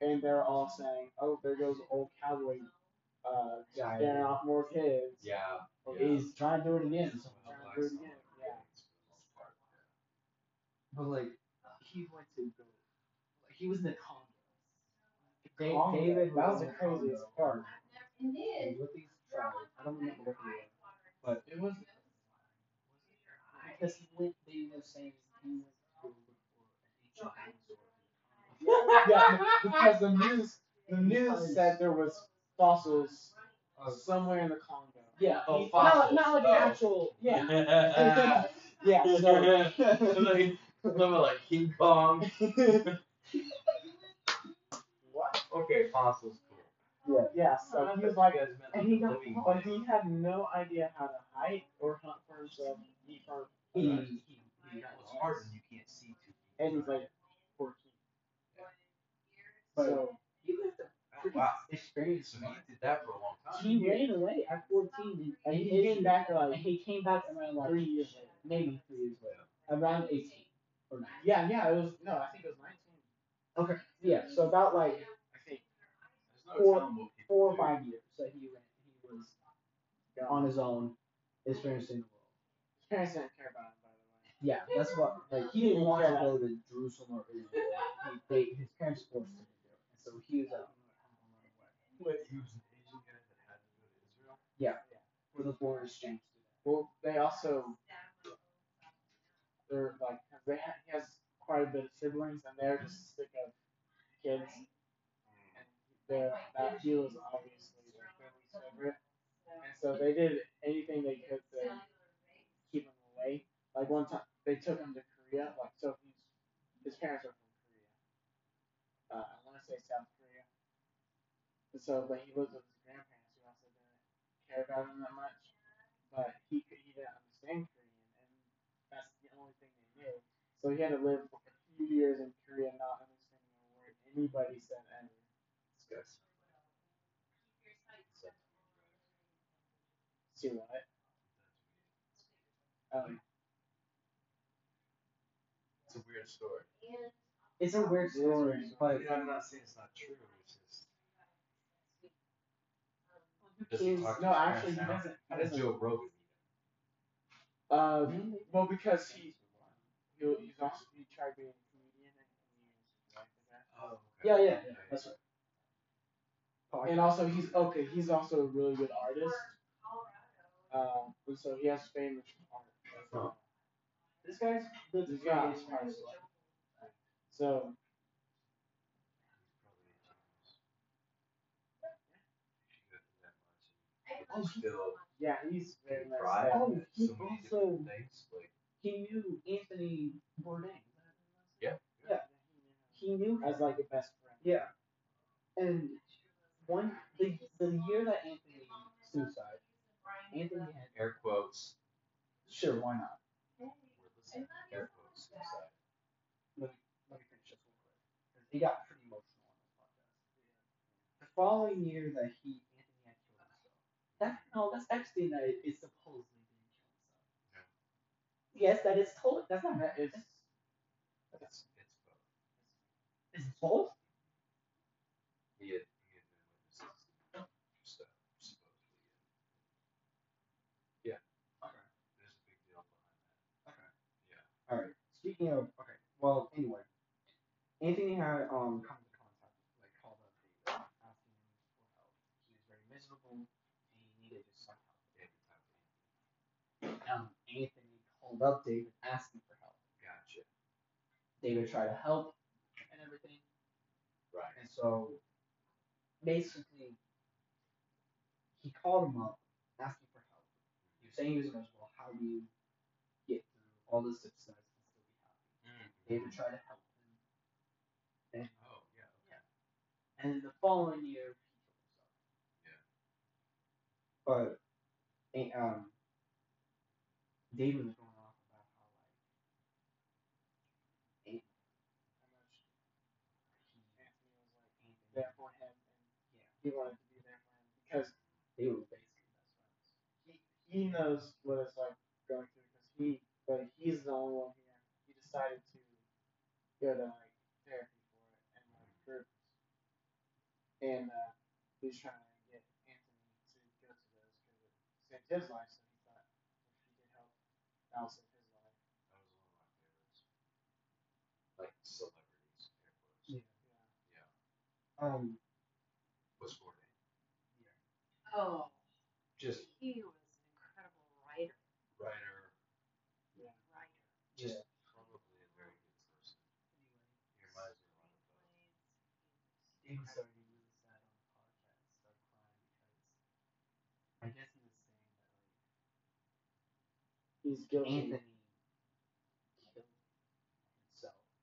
[SPEAKER 2] basically. and they're all saying, "Oh, there goes old cowboy, uh,
[SPEAKER 1] Guy.
[SPEAKER 2] scaring off more kids."
[SPEAKER 5] Yeah.
[SPEAKER 2] Or
[SPEAKER 5] yeah.
[SPEAKER 2] He's trying to do it again.
[SPEAKER 5] Well,
[SPEAKER 2] So I'm
[SPEAKER 5] black
[SPEAKER 2] trying to do it
[SPEAKER 5] someone
[SPEAKER 2] again. Yeah.
[SPEAKER 5] creates for the most part, yeah.
[SPEAKER 1] But like he went to go, like he was in the Congo. Da-
[SPEAKER 2] Congo?
[SPEAKER 1] David
[SPEAKER 2] That was
[SPEAKER 1] in
[SPEAKER 2] the craziest
[SPEAKER 1] Congo.
[SPEAKER 2] part.
[SPEAKER 1] And with these tribes, I don't remember what they were. But
[SPEAKER 2] It was
[SPEAKER 1] Because he went, they were saying he went to go look for an ancient dinosaur.
[SPEAKER 2] yeah, because the news the news said there was fossils somewhere in the Congo.
[SPEAKER 1] Yeah,
[SPEAKER 5] Oh,
[SPEAKER 1] he-
[SPEAKER 5] fossils.
[SPEAKER 1] not, not like
[SPEAKER 5] Oh.
[SPEAKER 1] an actual. Yeah.
[SPEAKER 5] yeah.
[SPEAKER 2] Yeah, so,
[SPEAKER 5] like, remember, like King Kong.
[SPEAKER 2] What?
[SPEAKER 5] Okay, fossils, cool.
[SPEAKER 2] yeah, so he was like,
[SPEAKER 5] You guys meant
[SPEAKER 2] and he
[SPEAKER 5] like a
[SPEAKER 2] got,
[SPEAKER 5] living
[SPEAKER 2] but
[SPEAKER 5] thing.
[SPEAKER 2] he had no idea how to hike or hunt for himself, eat for
[SPEAKER 1] He,
[SPEAKER 5] Right.
[SPEAKER 2] Mm.
[SPEAKER 1] he, he got
[SPEAKER 5] Well, it's hard
[SPEAKER 1] lost.
[SPEAKER 5] when you can't see too deep.
[SPEAKER 2] and he's like fourteen.
[SPEAKER 1] But
[SPEAKER 2] So
[SPEAKER 1] he lived a
[SPEAKER 5] oh, wow.
[SPEAKER 1] experience.
[SPEAKER 5] So he did that for a long time.
[SPEAKER 1] He ran away at 14 and,
[SPEAKER 2] and
[SPEAKER 1] he,
[SPEAKER 2] he came back
[SPEAKER 1] and
[SPEAKER 2] like
[SPEAKER 1] he came back around like
[SPEAKER 2] three years later.
[SPEAKER 1] maybe three years later. Around 18. Or,
[SPEAKER 2] Yeah, yeah, it was no, I think it was nineteen.
[SPEAKER 1] okay. Yeah, so about like
[SPEAKER 2] I think.
[SPEAKER 5] There's no
[SPEAKER 1] four-
[SPEAKER 5] telling what people
[SPEAKER 1] four or
[SPEAKER 5] do.
[SPEAKER 1] five years that he ran, he was on his own experiencing the world.
[SPEAKER 2] His parents didn't care about him, by the way.
[SPEAKER 1] Yeah, that's what. Like he didn't want to go to Jerusalem or Israel. He, they, his parents forced him to do it, and so he was out
[SPEAKER 5] He was an Asian guy that had to go to Israel.
[SPEAKER 1] for the foreign exchange.
[SPEAKER 2] Well, they also they're like they ha- he has quite a bit of siblings, and they're just sick of kids. And they're, that he was obviously their family's favorite, and so they did anything they could to keep him away. Like one time, they took him to Korea. Like so, he's, his parents are from Korea. Uh, I want to say South Korea. And so, like he lived with his grandparents, who also didn't care about him that much. But he could, he didn't understand Korean, and that's the only thing they knew. So he had to live for a few years in Korea, not understanding a word anybody said ever.
[SPEAKER 5] This guy's so
[SPEAKER 2] See what? Um,
[SPEAKER 5] a weird story.
[SPEAKER 1] It's a weird story,
[SPEAKER 5] I
[SPEAKER 1] but
[SPEAKER 5] mean, I'm not saying it's not true. It's just does he
[SPEAKER 1] is
[SPEAKER 5] talk to
[SPEAKER 2] No,
[SPEAKER 5] his
[SPEAKER 2] actually, he
[SPEAKER 5] parents now?
[SPEAKER 2] doesn't.
[SPEAKER 5] How does Joe Rogan?
[SPEAKER 2] Uh, well, because he, he he's also he tried being a comedian and he was that.
[SPEAKER 5] Oh,
[SPEAKER 2] Yeah, yeah,
[SPEAKER 5] yeah.
[SPEAKER 2] that's right.
[SPEAKER 8] Podcast.
[SPEAKER 1] uh,
[SPEAKER 2] And also, he's okay. He's also a really good artist.
[SPEAKER 1] Uh,
[SPEAKER 2] Um, and so he has famous art. as well.
[SPEAKER 1] this guy's the
[SPEAKER 2] This guy is hard as well. So
[SPEAKER 5] Oh, still
[SPEAKER 2] yeah, he's very
[SPEAKER 5] in
[SPEAKER 2] nice.
[SPEAKER 5] pride.
[SPEAKER 2] guy.
[SPEAKER 1] Oh, he
[SPEAKER 5] so many
[SPEAKER 1] also-
[SPEAKER 5] different things. Like,
[SPEAKER 1] He knew Anthony Bourdain.
[SPEAKER 5] yeah.
[SPEAKER 1] Yeah. He knew
[SPEAKER 2] As like a best friend.
[SPEAKER 1] Yeah. And one the the year that Anthony suicide, Anthony had
[SPEAKER 5] Air quotes.
[SPEAKER 1] sure why not?
[SPEAKER 5] We're listening. Air quotes. Suicide.
[SPEAKER 1] Let me, let me finish this real quick 'cause he got pretty emotional on this podcast. The following year that he Anthony had killed himself. That no, that's actually that it is supposedly didn't kill himself.
[SPEAKER 5] No.
[SPEAKER 1] Yes, that is told. That's not
[SPEAKER 2] That is
[SPEAKER 1] It's,
[SPEAKER 5] uh, It's it's
[SPEAKER 1] it's
[SPEAKER 5] both.
[SPEAKER 1] both.
[SPEAKER 5] He had he had been witnesses to stuff uh, supposedly. Yeah.
[SPEAKER 1] Okay.
[SPEAKER 5] There's a big deal behind that.
[SPEAKER 1] Okay.
[SPEAKER 5] Yeah.
[SPEAKER 1] All right. Speaking of okay, well anyway, Anthony had um come into contact with like called up David asking him for help. He was very miserable and he needed just some help.
[SPEAKER 5] David Tyree.
[SPEAKER 1] Um, Anthony called up David asking for help.
[SPEAKER 5] Gotcha.
[SPEAKER 1] David tried to help and everything,
[SPEAKER 5] Right.
[SPEAKER 1] and so basically he called him up asking for help. He was saying he was miserable. How do you get through all this success and still be happy? David tried to help him.
[SPEAKER 5] Oh yeah. Okay.
[SPEAKER 1] and then the following year he killed himself. Yeah. But a- um, David was going off about how like
[SPEAKER 2] Anthony was like
[SPEAKER 1] Anthony,
[SPEAKER 2] there for him, and
[SPEAKER 1] yeah,
[SPEAKER 2] he wanted to be there for him because
[SPEAKER 1] they were basically best friends.
[SPEAKER 2] he he knows what it's like going through because he but he's the only one here. He decided to go to like therapy for it and like groups. And uh, he's trying to get Anthony to go to those because it saved his life. So he thought if he could help, that would save his life.
[SPEAKER 5] That was one of my favorites. Like celebrities, air quotes.
[SPEAKER 1] Yeah.
[SPEAKER 2] Yeah.
[SPEAKER 5] Yeah.
[SPEAKER 1] Um,
[SPEAKER 5] Was Bourdain.
[SPEAKER 7] Oh,
[SPEAKER 5] Just
[SPEAKER 7] he was an incredible writer.
[SPEAKER 5] writer,
[SPEAKER 7] Writer.
[SPEAKER 5] just
[SPEAKER 1] Yeah.
[SPEAKER 5] probably a very good person.
[SPEAKER 1] anyway,
[SPEAKER 5] He reminds me a lot of those.
[SPEAKER 1] David started getting really sad on the podcast, started crying because I guess he was saying that like
[SPEAKER 2] He's guilty.
[SPEAKER 1] Anthony killed himself. Like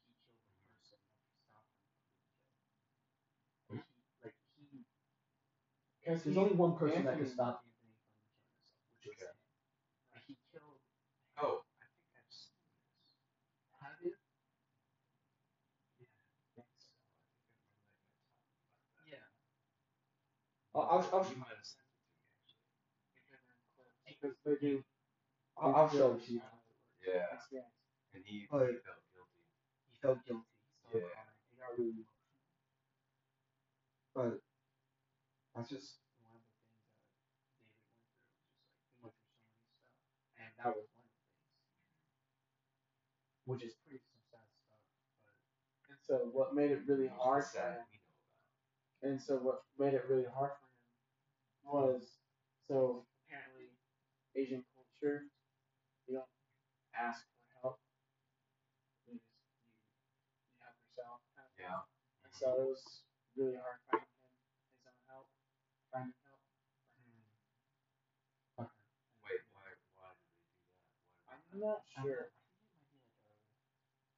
[SPEAKER 1] he killed the person that stopped him from being killed. Like he, like he,
[SPEAKER 2] Because
[SPEAKER 1] there's only one person that
[SPEAKER 2] Anthony-
[SPEAKER 1] could stop Anthony from killing himself, which was
[SPEAKER 5] Okay.
[SPEAKER 1] him. Like he killed.
[SPEAKER 5] Oh, I think I've seen this.
[SPEAKER 1] Have you?
[SPEAKER 5] I think so. I think I remember that guy talking about that.
[SPEAKER 1] Yeah.
[SPEAKER 8] I'll- I'll- I'll-
[SPEAKER 5] You might have sent it to me actually.
[SPEAKER 2] Because they do
[SPEAKER 8] I'll, I'll show it to you.
[SPEAKER 5] Yeah.
[SPEAKER 2] experience.
[SPEAKER 5] And he,
[SPEAKER 1] But-
[SPEAKER 5] he felt guilty.
[SPEAKER 1] He felt guilty. He started
[SPEAKER 5] Yeah.
[SPEAKER 1] crying. He got really emotional. But that's just one of the things that David went through. Just like he went through so many stuff, and that was one of the things, which is pretty some sad stuff. But
[SPEAKER 2] And so what made it really hard for him
[SPEAKER 5] Sad we know about.
[SPEAKER 2] And so what made it really hard for him was so apparently Asian culture, you don't ask for help. You just you, you help yourself. Kind of thing.
[SPEAKER 5] Yeah.
[SPEAKER 2] And so it was really hard finding him his own help, finding help.
[SPEAKER 5] Wait, why why did they do that? Why
[SPEAKER 2] I'm not
[SPEAKER 1] I'm-
[SPEAKER 2] sure.
[SPEAKER 1] I think it might be like a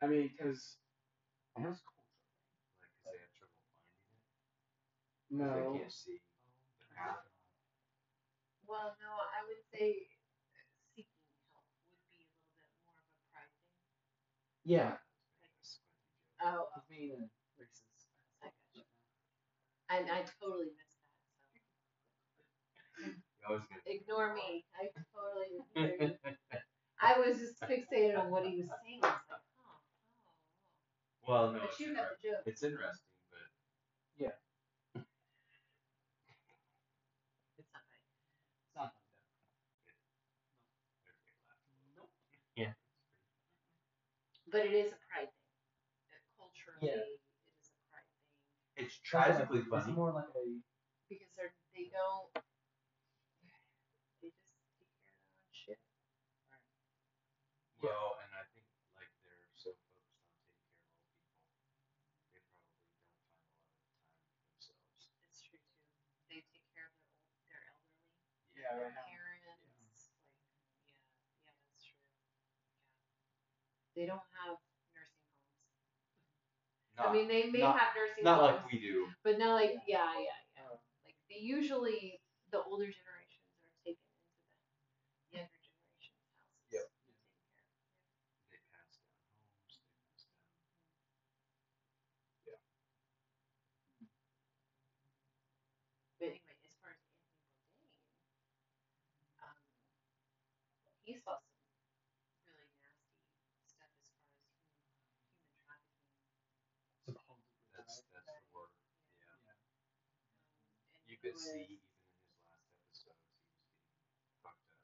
[SPEAKER 2] I mean, because
[SPEAKER 1] almost culture thing.
[SPEAKER 5] Like, because they have trouble finding it. 'Cause They
[SPEAKER 2] no,
[SPEAKER 5] can't see.
[SPEAKER 1] Oh,
[SPEAKER 5] Yeah.
[SPEAKER 7] Well, no, I would say seeking help would be a little bit more of a pride thing.
[SPEAKER 1] Yeah,
[SPEAKER 7] Oh,
[SPEAKER 1] he's being a racist.
[SPEAKER 7] I gotcha. and I totally missed that. So
[SPEAKER 5] I was gonna.
[SPEAKER 7] ignore me. I totally. I was just fixated on what he was saying. I was like, huh.
[SPEAKER 5] Well, no,
[SPEAKER 7] But
[SPEAKER 5] it's,
[SPEAKER 7] you got
[SPEAKER 5] inter-
[SPEAKER 7] the joke.
[SPEAKER 5] it's interesting, but
[SPEAKER 1] It's not like it's not like that.
[SPEAKER 5] everybody laughed.
[SPEAKER 1] Nope.
[SPEAKER 5] Yeah.
[SPEAKER 7] But it is a pride thing. That culturally, it is a pride thing
[SPEAKER 5] It's tragically
[SPEAKER 1] It's
[SPEAKER 5] funny.
[SPEAKER 1] more like a
[SPEAKER 7] because they're they don't they just take care of their own shit.
[SPEAKER 5] Well, and I think like they're so focused on taking care of old people, they probably don't find a lot of time for themselves.
[SPEAKER 7] It's true too. They take care of their old, their elderly,
[SPEAKER 4] Yeah,
[SPEAKER 7] their
[SPEAKER 4] right now.
[SPEAKER 7] parents. Like yeah, yeah, that's true. Yeah. They don't have nursing homes.
[SPEAKER 5] Not,
[SPEAKER 7] I mean, they may
[SPEAKER 5] not-
[SPEAKER 7] have nursing
[SPEAKER 5] not
[SPEAKER 7] homes,
[SPEAKER 5] like we do.
[SPEAKER 7] but not like yeah, yeah, yeah.
[SPEAKER 4] Um,
[SPEAKER 7] like they usually the older generations are taken into the younger generations' houses.
[SPEAKER 5] Yep.
[SPEAKER 7] to take care of.
[SPEAKER 5] They pass down homes. They pass down.
[SPEAKER 7] But anyway, as far as Anthony Bourdain, um, he saw some really nasty stuff as far as human, human trafficking.
[SPEAKER 5] That's that's the word. Yeah.
[SPEAKER 7] Um, and
[SPEAKER 5] You
[SPEAKER 7] he
[SPEAKER 5] could see
[SPEAKER 7] was-
[SPEAKER 5] even in his last episodes, he was getting fucked up,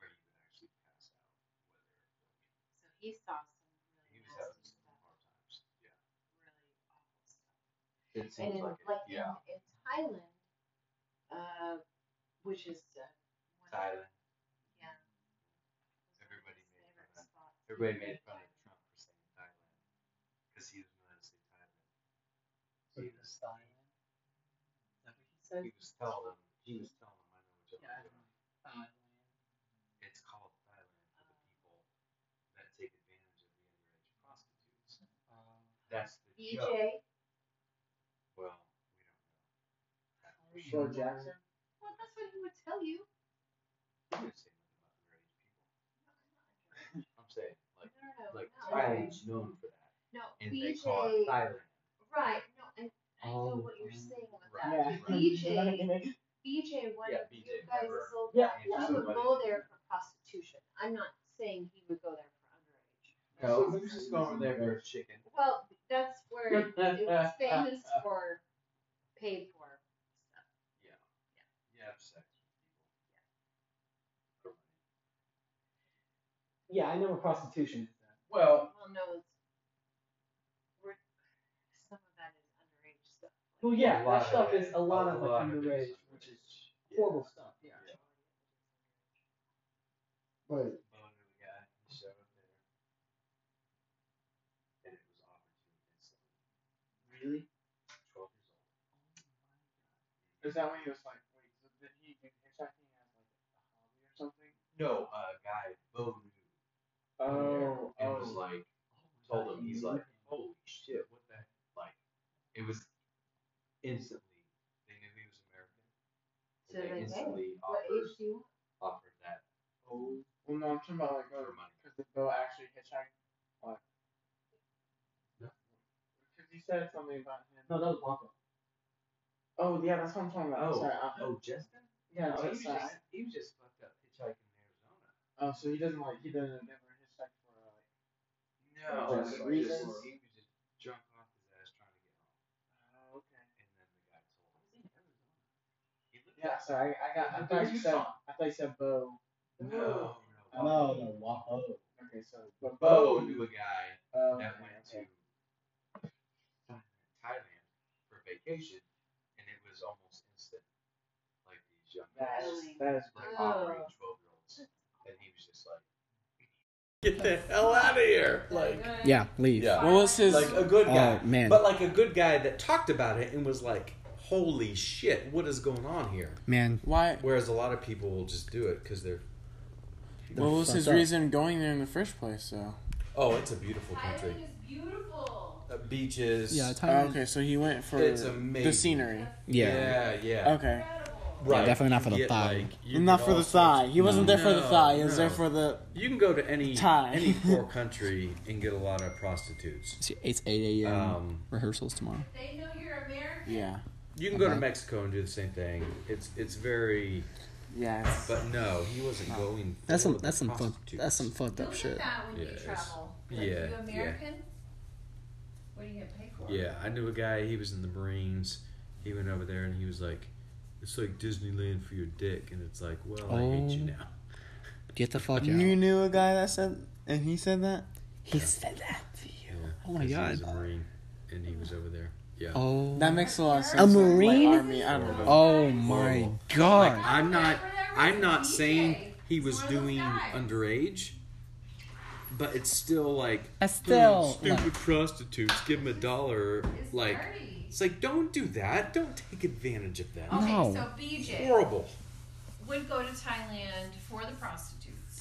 [SPEAKER 5] where he would actually pass out.
[SPEAKER 7] So
[SPEAKER 5] Whether
[SPEAKER 7] he saw some really
[SPEAKER 5] he was having
[SPEAKER 7] nasty
[SPEAKER 5] some
[SPEAKER 7] stuff,
[SPEAKER 5] hard times. Yeah.
[SPEAKER 7] really awful stuff.
[SPEAKER 5] It
[SPEAKER 7] and
[SPEAKER 5] seems
[SPEAKER 7] in,
[SPEAKER 5] like
[SPEAKER 7] like,
[SPEAKER 5] it. Yeah.
[SPEAKER 7] in, in Thailand, uh, which is uh, one of-
[SPEAKER 5] Thailand.
[SPEAKER 7] yeah,
[SPEAKER 5] Everybody made fun of
[SPEAKER 7] favorite
[SPEAKER 5] that.
[SPEAKER 7] spots.
[SPEAKER 5] Everybody made fun of Trump for saying Thailand because he doesn't know how to say Thailand.
[SPEAKER 1] So
[SPEAKER 5] He
[SPEAKER 1] the
[SPEAKER 5] was,
[SPEAKER 1] style. Is that what he said?
[SPEAKER 5] he was telling them. He was telling them. I know what you're
[SPEAKER 1] Yeah, I
[SPEAKER 5] doing.
[SPEAKER 1] don't know. Thailand.
[SPEAKER 5] It's called Thailand for the people that take advantage of the underage prostitutes.
[SPEAKER 1] Um,
[SPEAKER 5] That's the joke.
[SPEAKER 7] EJ.
[SPEAKER 5] Well, we don't know. That for sure.
[SPEAKER 4] Short Jackson.
[SPEAKER 7] Well, that's what he would tell you.
[SPEAKER 5] I'm not saying nothing about underage people. I'm saying like
[SPEAKER 7] No,
[SPEAKER 5] like
[SPEAKER 7] no, no, no.
[SPEAKER 5] Thailand's known for that,
[SPEAKER 7] No,
[SPEAKER 5] and they call it
[SPEAKER 7] EJ.
[SPEAKER 5] Thailand.
[SPEAKER 7] Right. No, and I know
[SPEAKER 1] Oh,
[SPEAKER 7] what you're
[SPEAKER 1] um,
[SPEAKER 7] saying with
[SPEAKER 5] right,
[SPEAKER 7] that.
[SPEAKER 5] right.
[SPEAKER 7] BJ, BJ, one
[SPEAKER 5] Yeah,
[SPEAKER 7] of you
[SPEAKER 5] BJ,
[SPEAKER 7] guys'
[SPEAKER 5] remember?
[SPEAKER 7] old
[SPEAKER 4] Yeah,
[SPEAKER 7] guy, he
[SPEAKER 5] yeah.
[SPEAKER 7] would go there for prostitution. I'm not saying he would go there for underage.
[SPEAKER 5] No, he was just going over there for his chicken.
[SPEAKER 7] Well, that's where it was famous for paid for stuff.
[SPEAKER 5] Yeah. Yeah. Yeah, have sex with people. For money.
[SPEAKER 1] yeah, I know what prostitution is. That.
[SPEAKER 5] Well,
[SPEAKER 7] Well, no, it's we're, some of that is underage stuff.
[SPEAKER 1] Well, yeah,
[SPEAKER 5] A
[SPEAKER 1] that
[SPEAKER 5] lot of
[SPEAKER 1] stuff
[SPEAKER 5] it-
[SPEAKER 1] is a lot
[SPEAKER 5] a
[SPEAKER 1] of like
[SPEAKER 5] lot of it is
[SPEAKER 1] underage,
[SPEAKER 5] underage.
[SPEAKER 1] which is
[SPEAKER 5] Yeah.
[SPEAKER 1] horrible stuff. Yeah.
[SPEAKER 5] Yeah.
[SPEAKER 1] But
[SPEAKER 5] boner the guy. He showed up there, and it was offered to him instantly.
[SPEAKER 1] really,
[SPEAKER 5] Twelve years old.
[SPEAKER 4] Is that when he was like, wait, so did he do hitchhiking as like a hobby or something?
[SPEAKER 5] No, a uh, guy Bo knew,
[SPEAKER 4] Oh,
[SPEAKER 5] and was
[SPEAKER 4] oh.
[SPEAKER 5] like, told him he's like, holy shit, what the heck? like? It was instantly. They knew he was American. and
[SPEAKER 7] So they
[SPEAKER 5] they
[SPEAKER 7] did?
[SPEAKER 5] instantly
[SPEAKER 7] What
[SPEAKER 5] offered
[SPEAKER 7] age do you want?
[SPEAKER 5] offered that
[SPEAKER 1] oh,
[SPEAKER 4] Well, no, I'm talking about like, oh,
[SPEAKER 5] for money.
[SPEAKER 4] because did Bill actually hitchhike? What?
[SPEAKER 5] No.
[SPEAKER 4] Because you said something about him.
[SPEAKER 1] no, that was Blanco.
[SPEAKER 4] Oh, yeah, that's what I'm talking about.
[SPEAKER 5] Oh.
[SPEAKER 4] Sorry, I-
[SPEAKER 5] Oh, Justin?
[SPEAKER 4] yeah,
[SPEAKER 5] Oh, he was
[SPEAKER 4] just, uh,
[SPEAKER 5] just he was just fucked up hitchhiking in Arizona.
[SPEAKER 4] oh, so he doesn't like, he doesn't never hitchhike for uh, like,
[SPEAKER 5] No,
[SPEAKER 4] Just
[SPEAKER 5] he was
[SPEAKER 4] reasons?
[SPEAKER 5] just, he was just drunk off his ass trying to get
[SPEAKER 4] oh,
[SPEAKER 5] home.
[SPEAKER 4] okay.
[SPEAKER 5] And then the guy told him. He lived
[SPEAKER 4] Yeah, sorry, I, I got, I thought you said, I thought you said Bo.
[SPEAKER 5] No, no.
[SPEAKER 1] No, no, Blanco.
[SPEAKER 4] Okay, so, but Bo,
[SPEAKER 5] Bo knew a guy
[SPEAKER 4] oh, okay,
[SPEAKER 5] that went
[SPEAKER 4] okay.
[SPEAKER 5] to Thailand for vacation, and it was almost instant. Like these young
[SPEAKER 4] That
[SPEAKER 5] guys,
[SPEAKER 4] is, that is
[SPEAKER 5] like
[SPEAKER 7] Oh.
[SPEAKER 5] offering twelve-year-olds, and he was just like,
[SPEAKER 9] Get the hell out of here! Like,
[SPEAKER 2] Yeah, leave.
[SPEAKER 9] yeah. What was his? Like a good guy,
[SPEAKER 2] Oh, man.
[SPEAKER 9] But like a good guy that talked about it and was like, "Holy shit, what is going on here?"
[SPEAKER 2] Man,
[SPEAKER 10] Why?
[SPEAKER 9] Whereas a lot of people will just do it because they're,
[SPEAKER 2] they're
[SPEAKER 10] What was his
[SPEAKER 2] fucked up.
[SPEAKER 10] reason going there in the first place, though?
[SPEAKER 9] oh, it's a beautiful country,
[SPEAKER 7] Thailand is beautiful.
[SPEAKER 9] uh, beaches.
[SPEAKER 2] Yeah,
[SPEAKER 10] Oh,
[SPEAKER 2] Thailand.
[SPEAKER 10] okay, so he went for
[SPEAKER 9] It's
[SPEAKER 10] the
[SPEAKER 9] amazing.
[SPEAKER 10] scenery.
[SPEAKER 2] Yeah.
[SPEAKER 9] yeah, yeah.
[SPEAKER 10] Okay.
[SPEAKER 7] Incredible.
[SPEAKER 9] Right.
[SPEAKER 2] definitely not
[SPEAKER 9] You
[SPEAKER 2] for the
[SPEAKER 9] get,
[SPEAKER 2] thigh.
[SPEAKER 9] you
[SPEAKER 10] Not
[SPEAKER 9] get
[SPEAKER 10] for
[SPEAKER 9] all
[SPEAKER 10] the
[SPEAKER 9] sorts-
[SPEAKER 10] thigh. He wasn't there for the
[SPEAKER 9] No,
[SPEAKER 10] thigh. He was there
[SPEAKER 9] no.
[SPEAKER 10] for the.
[SPEAKER 9] You can go to any
[SPEAKER 10] Thigh.
[SPEAKER 9] any poor country and get a lot of prostitutes.
[SPEAKER 2] See, It's 8 a.m.
[SPEAKER 9] Um,
[SPEAKER 2] Rehearsals tomorrow.
[SPEAKER 7] They know you're American.
[SPEAKER 10] Yeah.
[SPEAKER 9] you can go to
[SPEAKER 2] Okay.
[SPEAKER 9] Mexico and do the same thing. It's it's very,
[SPEAKER 10] Yes.
[SPEAKER 9] but no, he wasn't going.
[SPEAKER 2] That's
[SPEAKER 9] for
[SPEAKER 2] some. That's
[SPEAKER 9] the
[SPEAKER 2] some. Fuck,
[SPEAKER 9] prostitutes.
[SPEAKER 2] that's some fucked
[SPEAKER 7] Look
[SPEAKER 2] up
[SPEAKER 7] at
[SPEAKER 2] shit.
[SPEAKER 7] that when you
[SPEAKER 9] Yes.
[SPEAKER 7] travel. Like,
[SPEAKER 9] Yeah,
[SPEAKER 7] You
[SPEAKER 9] yeah.
[SPEAKER 7] American? What are you gonna pay for?
[SPEAKER 5] Yeah, I knew a guy. He was in the Marines. He went over there and he was like, "It's like Disneyland for your dick," and it's like, "Well, I hate you
[SPEAKER 11] Oh.
[SPEAKER 5] now."
[SPEAKER 11] Get the fuck out.
[SPEAKER 10] You knew a guy that said, and he said that.
[SPEAKER 11] He said that to you.
[SPEAKER 5] Yeah,
[SPEAKER 11] Oh my
[SPEAKER 5] 'cause He was
[SPEAKER 11] God.
[SPEAKER 5] a Marine, and he was over there. Yeah.
[SPEAKER 11] Oh.
[SPEAKER 10] That makes a lot of sense.
[SPEAKER 11] A Marine?
[SPEAKER 10] Like army, I don't know.
[SPEAKER 11] oh my
[SPEAKER 5] Horrible.
[SPEAKER 11] god.
[SPEAKER 5] Like, I'm not. I'm not
[SPEAKER 7] He's
[SPEAKER 5] saying
[SPEAKER 7] gay.
[SPEAKER 5] he
[SPEAKER 7] He's
[SPEAKER 5] was
[SPEAKER 7] one of those
[SPEAKER 5] doing
[SPEAKER 7] guys.
[SPEAKER 5] underage, but it's still like
[SPEAKER 11] That's still,
[SPEAKER 5] "Ooh, stupid prostitutes. Give him a dollar.
[SPEAKER 7] It's
[SPEAKER 5] Like
[SPEAKER 7] dirty.
[SPEAKER 5] it's like don't do that. Don't take advantage of them.
[SPEAKER 7] Okay,
[SPEAKER 11] No.
[SPEAKER 7] so BJ
[SPEAKER 5] Horrible
[SPEAKER 7] would go to Thailand for the prostitutes,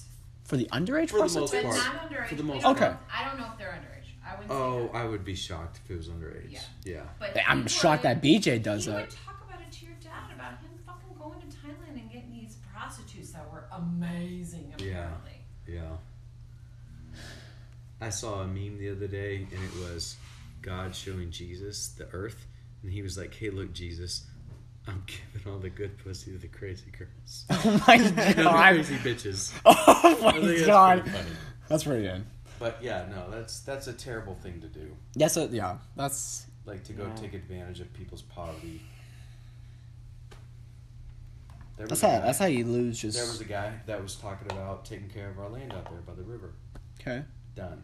[SPEAKER 11] for the underage
[SPEAKER 5] for the
[SPEAKER 11] prostitute.
[SPEAKER 5] most
[SPEAKER 7] but
[SPEAKER 5] part.
[SPEAKER 7] not underage.
[SPEAKER 5] For the
[SPEAKER 7] We
[SPEAKER 5] most
[SPEAKER 7] don't
[SPEAKER 11] part.
[SPEAKER 7] know- I don't know if they're underage. I wouldn't.
[SPEAKER 5] Oh,
[SPEAKER 7] say that.
[SPEAKER 5] I would be shocked if it was underage.
[SPEAKER 7] Yeah.
[SPEAKER 5] yeah.
[SPEAKER 7] but he
[SPEAKER 11] I'm shocked
[SPEAKER 7] would-
[SPEAKER 11] that BJ does
[SPEAKER 7] you
[SPEAKER 11] that.
[SPEAKER 7] would talk about it to your dad about him fucking going to Thailand and getting these prostitutes that were amazing, apparently.
[SPEAKER 5] Yeah. Yeah. I saw a meme the other day, and it was God showing Jesus the earth, and he was like, "Hey, look, Jesus, I'm giving all the good pussy to the crazy girls,
[SPEAKER 11] Oh my
[SPEAKER 5] No, the
[SPEAKER 11] god.
[SPEAKER 5] crazy bitches."
[SPEAKER 11] Oh
[SPEAKER 5] I think
[SPEAKER 11] my
[SPEAKER 5] that's
[SPEAKER 11] god.
[SPEAKER 5] pretty funny.
[SPEAKER 11] That's pretty good.
[SPEAKER 5] But yeah, no, that's that's a terrible thing to do.
[SPEAKER 11] That's a, yeah. That's
[SPEAKER 5] Like to go take advantage of people's poverty. There
[SPEAKER 11] that's
[SPEAKER 5] was a
[SPEAKER 11] how
[SPEAKER 5] guy-
[SPEAKER 11] that's how you lose. Just
[SPEAKER 5] there was a guy that was talking about taking care of our land out there by the river.
[SPEAKER 11] okay.
[SPEAKER 5] done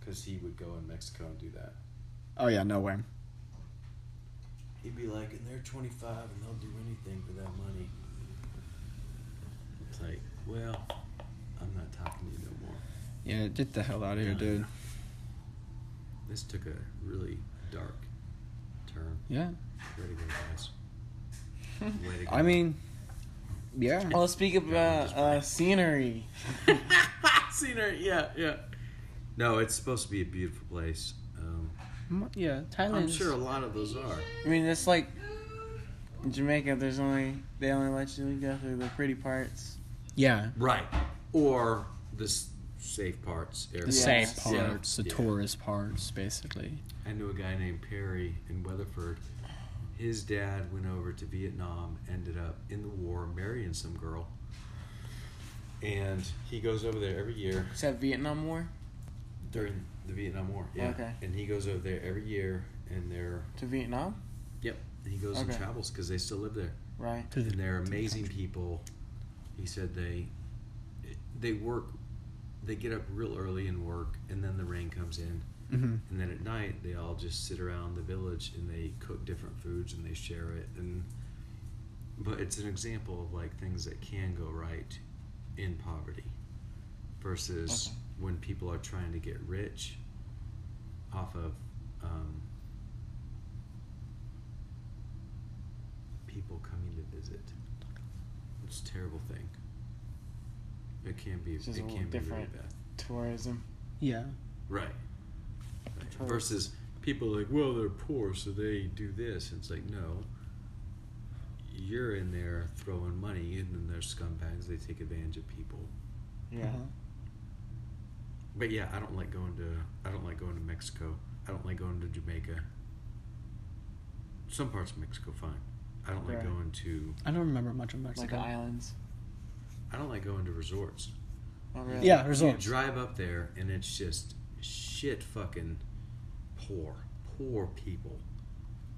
[SPEAKER 5] because he would go in Mexico and do that.
[SPEAKER 11] Oh yeah, no way.
[SPEAKER 5] He'd be like, and they're 25 and they'll do anything for that money. It's like, well, I'm not talking to you no more.
[SPEAKER 11] Yeah, get the hell out of here, dude.
[SPEAKER 5] This took a really dark turn.
[SPEAKER 11] Yeah,
[SPEAKER 5] Way to go, guys. Way to go.
[SPEAKER 11] I mean, yeah.
[SPEAKER 10] Oh, let's speak about uh, scenery.
[SPEAKER 5] scenery, yeah, yeah. No, it's supposed to be a beautiful place. Um,
[SPEAKER 11] M- Yeah,
[SPEAKER 5] I'm
[SPEAKER 11] Thailand.
[SPEAKER 5] sure a lot of those are.
[SPEAKER 10] I mean, it's like in Jamaica. There's only they only let you go through the pretty parts.
[SPEAKER 11] Yeah,
[SPEAKER 5] Right. Or the s- safe parts.
[SPEAKER 11] the
[SPEAKER 5] areas.
[SPEAKER 11] safe
[SPEAKER 10] Yeah.
[SPEAKER 11] parts, the
[SPEAKER 5] Yeah.
[SPEAKER 11] tourist parts, basically.
[SPEAKER 5] I knew a guy named Perry in Weatherford. His dad went over to Vietnam, ended up in the war, marrying some girl. And he goes over there every year
[SPEAKER 10] Except Vietnam War
[SPEAKER 5] during the Vietnam War. Yeah.
[SPEAKER 10] Okay.
[SPEAKER 5] And he goes over there every year, and they're
[SPEAKER 10] to Vietnam,
[SPEAKER 5] yep. And he goes and
[SPEAKER 10] Okay.
[SPEAKER 5] travels because they still live there,
[SPEAKER 10] right?
[SPEAKER 11] To the-
[SPEAKER 5] and they're amazing people. He said they they work, they get up real early and work, and then the rain comes in,
[SPEAKER 11] Mhm.
[SPEAKER 5] And then at night, they all just sit around the village and they cook different foods and they share it. And but it's an example of like things that can go right in poverty versus when people are trying to get rich off of um, people coming to visit. It's a terrible thing. It can be. It
[SPEAKER 10] It's just a
[SPEAKER 5] can
[SPEAKER 10] little
[SPEAKER 5] be really
[SPEAKER 10] different.
[SPEAKER 5] bad.
[SPEAKER 10] Tourism.
[SPEAKER 11] Yeah.
[SPEAKER 5] Right. Right.
[SPEAKER 10] Totally.
[SPEAKER 5] Versus people like, well, they're poor, so they do this. And it's like, no. You're in there throwing money, and then there's scumbags. They take advantage of people.
[SPEAKER 10] Yeah.
[SPEAKER 11] Uh-huh.
[SPEAKER 5] But yeah, I don't like going to. I don't like going to Mexico. I don't like going to Jamaica. Some parts of Mexico, fine. I don't like uh,
[SPEAKER 10] Right.
[SPEAKER 5] going to.
[SPEAKER 11] I don't remember much of
[SPEAKER 10] Like
[SPEAKER 11] Mexico.
[SPEAKER 10] the islands.
[SPEAKER 5] I don't like going to resorts.
[SPEAKER 10] Oh, really?
[SPEAKER 11] yeah,
[SPEAKER 5] You
[SPEAKER 11] resorts.
[SPEAKER 5] drive up there, and it's just shit fucking poor, poor people.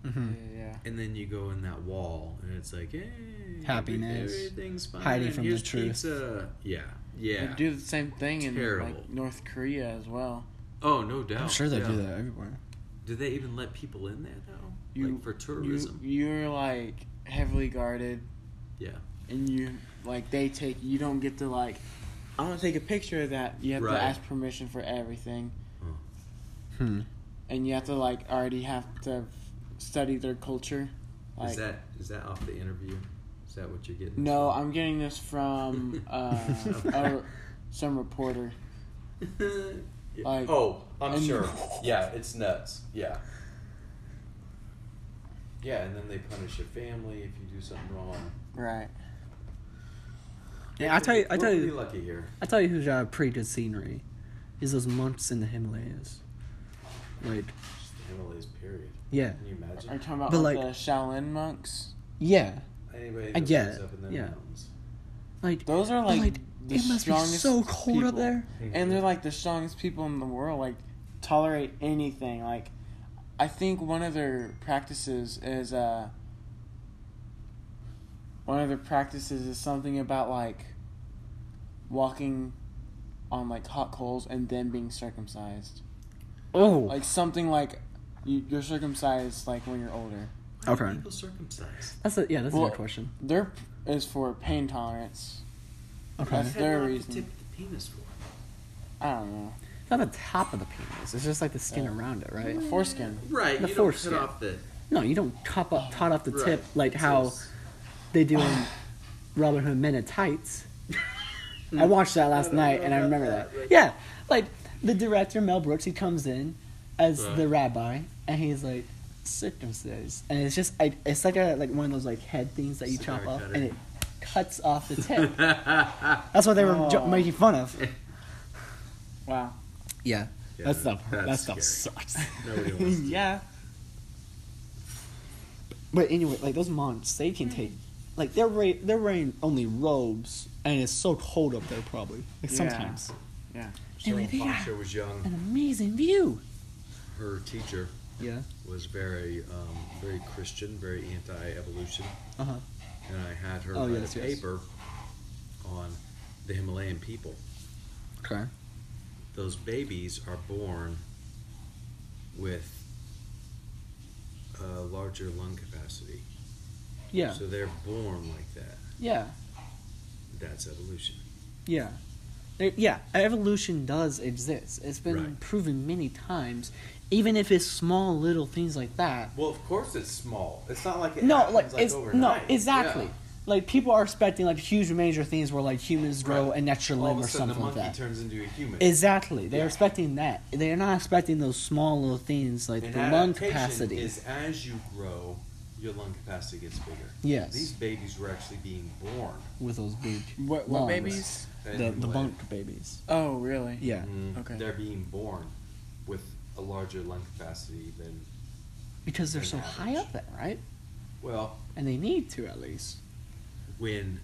[SPEAKER 10] Yeah,
[SPEAKER 11] hmm
[SPEAKER 10] yeah.
[SPEAKER 5] And then you go in that wall, and it's like, hey,
[SPEAKER 11] Happiness.
[SPEAKER 5] every- everything's fine.
[SPEAKER 11] Hiding from the
[SPEAKER 5] Here's
[SPEAKER 11] truth.
[SPEAKER 5] Pizza. Yeah, yeah.
[SPEAKER 10] They do the same thing in
[SPEAKER 5] Terrible.
[SPEAKER 10] like North Korea as well.
[SPEAKER 5] oh, no doubt.
[SPEAKER 11] I'm sure they
[SPEAKER 5] yeah.
[SPEAKER 11] do that everywhere.
[SPEAKER 5] Do they even let people in there though?
[SPEAKER 10] You-
[SPEAKER 5] like for tourism?
[SPEAKER 10] You, you're like heavily guarded.
[SPEAKER 5] Yeah.
[SPEAKER 10] And you like they take you don't get to like I want to take a picture of that. You have
[SPEAKER 5] Right.
[SPEAKER 10] to ask permission for everything,
[SPEAKER 11] Hmm.
[SPEAKER 10] and you have to like already have to study their culture. Like,
[SPEAKER 5] is that is that off the interview? Is that what you're getting?
[SPEAKER 10] no, I'm getting this from uh, a, some reporter.
[SPEAKER 5] Yeah.
[SPEAKER 10] like-
[SPEAKER 5] oh, I'm
[SPEAKER 10] and-
[SPEAKER 5] sure. Yeah, it's nuts. Yeah. Yeah, and then they punish your family if you do something wrong.
[SPEAKER 10] Right.
[SPEAKER 11] Yeah, I tell you, I
[SPEAKER 5] We're
[SPEAKER 11] tell
[SPEAKER 5] pretty
[SPEAKER 11] you,
[SPEAKER 5] lucky here.
[SPEAKER 11] I tell you who's got pretty good scenery is those monks in the Himalayas. Like,
[SPEAKER 5] Just the Himalayas, period.
[SPEAKER 11] yeah,
[SPEAKER 5] Can you imagine?
[SPEAKER 10] Are you talking about
[SPEAKER 11] But,
[SPEAKER 10] like,
[SPEAKER 11] like-
[SPEAKER 10] the Shaolin monks?
[SPEAKER 11] yeah.
[SPEAKER 5] Anybody
[SPEAKER 11] I
[SPEAKER 5] that
[SPEAKER 11] get
[SPEAKER 5] lives
[SPEAKER 11] it,
[SPEAKER 5] up in them
[SPEAKER 11] yeah.
[SPEAKER 5] mountains.
[SPEAKER 11] Like,
[SPEAKER 10] Those are like,
[SPEAKER 11] Like,
[SPEAKER 10] the
[SPEAKER 11] it must be
[SPEAKER 10] strongest.
[SPEAKER 11] so cold up
[SPEAKER 10] people.
[SPEAKER 11] there.
[SPEAKER 10] and they're like the strongest people in the world. Like tolerate anything. Like I think one of their practices is uh, one of their practices is something about like walking on like hot coals and then being circumcised.
[SPEAKER 11] Oh.
[SPEAKER 10] Like something like you, you're circumcised like when you're older.
[SPEAKER 9] Why are
[SPEAKER 11] Okay.
[SPEAKER 9] People circumcised.
[SPEAKER 11] that's a yeah. That's a
[SPEAKER 10] Well-
[SPEAKER 11] good question.
[SPEAKER 10] There is for pain tolerance.
[SPEAKER 11] Okay.
[SPEAKER 10] That's their
[SPEAKER 9] Cut off
[SPEAKER 10] reason.
[SPEAKER 9] The tip of the penis for.
[SPEAKER 10] I don't know.
[SPEAKER 11] Not the top of the penis. It's just like the skin around it, right?
[SPEAKER 10] The foreskin.
[SPEAKER 9] Right.
[SPEAKER 11] The
[SPEAKER 9] you
[SPEAKER 11] foreskin.
[SPEAKER 9] don't cut off the
[SPEAKER 11] No, you don't top up, tot off the
[SPEAKER 9] Oh, right.
[SPEAKER 11] tip like
[SPEAKER 9] So
[SPEAKER 11] how
[SPEAKER 9] it's-
[SPEAKER 11] they do in Robin Hood Men in Tights. I watched that last night and I remember that. Yeah, like the director Mel Brooks, he comes in as
[SPEAKER 9] Right.
[SPEAKER 11] the rabbi and he's like circumcised, and it's just I, it's like a like one of those like head things that you
[SPEAKER 9] Cigar
[SPEAKER 11] chop off
[SPEAKER 9] cutter.
[SPEAKER 11] and it cuts off the tip. That's what they were
[SPEAKER 9] Oh.
[SPEAKER 11] jo- making fun of.
[SPEAKER 10] Wow.
[SPEAKER 11] Yeah,
[SPEAKER 9] Yeah,
[SPEAKER 11] that stuff.
[SPEAKER 9] that's
[SPEAKER 11] that stuff
[SPEAKER 9] scary.
[SPEAKER 11] sucks.
[SPEAKER 9] Nobody wants to do
[SPEAKER 10] yeah.
[SPEAKER 11] But anyway, like those monks, they can take, like they're ra- they're wearing only robes, and it's so cold up there probably. Like
[SPEAKER 10] Yeah.
[SPEAKER 11] sometimes.
[SPEAKER 10] Yeah.
[SPEAKER 9] So when
[SPEAKER 11] And they got
[SPEAKER 9] Pasha was young,
[SPEAKER 11] An amazing view.
[SPEAKER 9] her teacher
[SPEAKER 11] Yeah.
[SPEAKER 9] was very, um, very Christian, very anti-evolution,
[SPEAKER 11] Uh huh.
[SPEAKER 9] and I had her
[SPEAKER 11] Oh,
[SPEAKER 9] write
[SPEAKER 11] yes,
[SPEAKER 9] a
[SPEAKER 11] yes.
[SPEAKER 9] paper on the Himalayan people.
[SPEAKER 11] Okay.
[SPEAKER 9] Those babies are born with a larger lung capacity,
[SPEAKER 11] Yeah.
[SPEAKER 9] so they're born like that.
[SPEAKER 11] Yeah.
[SPEAKER 9] That's evolution.
[SPEAKER 11] Yeah. There- Yeah, evolution does exist. It's been
[SPEAKER 9] Right.
[SPEAKER 11] proven many times, even if it's small little things like that.
[SPEAKER 5] Well, of course it's small. It's not like it
[SPEAKER 11] no,
[SPEAKER 5] happens,
[SPEAKER 11] like, it's no,
[SPEAKER 5] overnight.
[SPEAKER 11] exactly.
[SPEAKER 5] Yeah.
[SPEAKER 11] Like people are expecting like huge major things where like humans grow
[SPEAKER 5] Right.
[SPEAKER 11] an extra
[SPEAKER 5] All
[SPEAKER 11] limb
[SPEAKER 5] of a
[SPEAKER 11] or
[SPEAKER 5] sudden,
[SPEAKER 11] something
[SPEAKER 5] the
[SPEAKER 11] like
[SPEAKER 5] monkey
[SPEAKER 11] that.
[SPEAKER 5] turns into a human.
[SPEAKER 11] Exactly. They're
[SPEAKER 5] Yeah.
[SPEAKER 11] expecting that. They're not expecting those small little things like
[SPEAKER 5] And
[SPEAKER 11] the lung
[SPEAKER 5] adaptation
[SPEAKER 11] capacity.
[SPEAKER 5] Is as you grow, your lung capacity gets bigger.
[SPEAKER 11] yes,
[SPEAKER 5] These babies were actually being born.
[SPEAKER 11] with those big
[SPEAKER 10] What, what
[SPEAKER 11] lungs.
[SPEAKER 10] babies?
[SPEAKER 5] in
[SPEAKER 11] the the
[SPEAKER 5] Himalaya.
[SPEAKER 11] bunk babies.
[SPEAKER 10] Oh, really?
[SPEAKER 11] Yeah.
[SPEAKER 5] Mm,
[SPEAKER 10] Okay.
[SPEAKER 5] They're being born with a larger lung capacity than
[SPEAKER 11] Because they're so
[SPEAKER 5] Average.
[SPEAKER 11] high up there, right?
[SPEAKER 5] well,
[SPEAKER 11] And they need to at least.
[SPEAKER 9] When,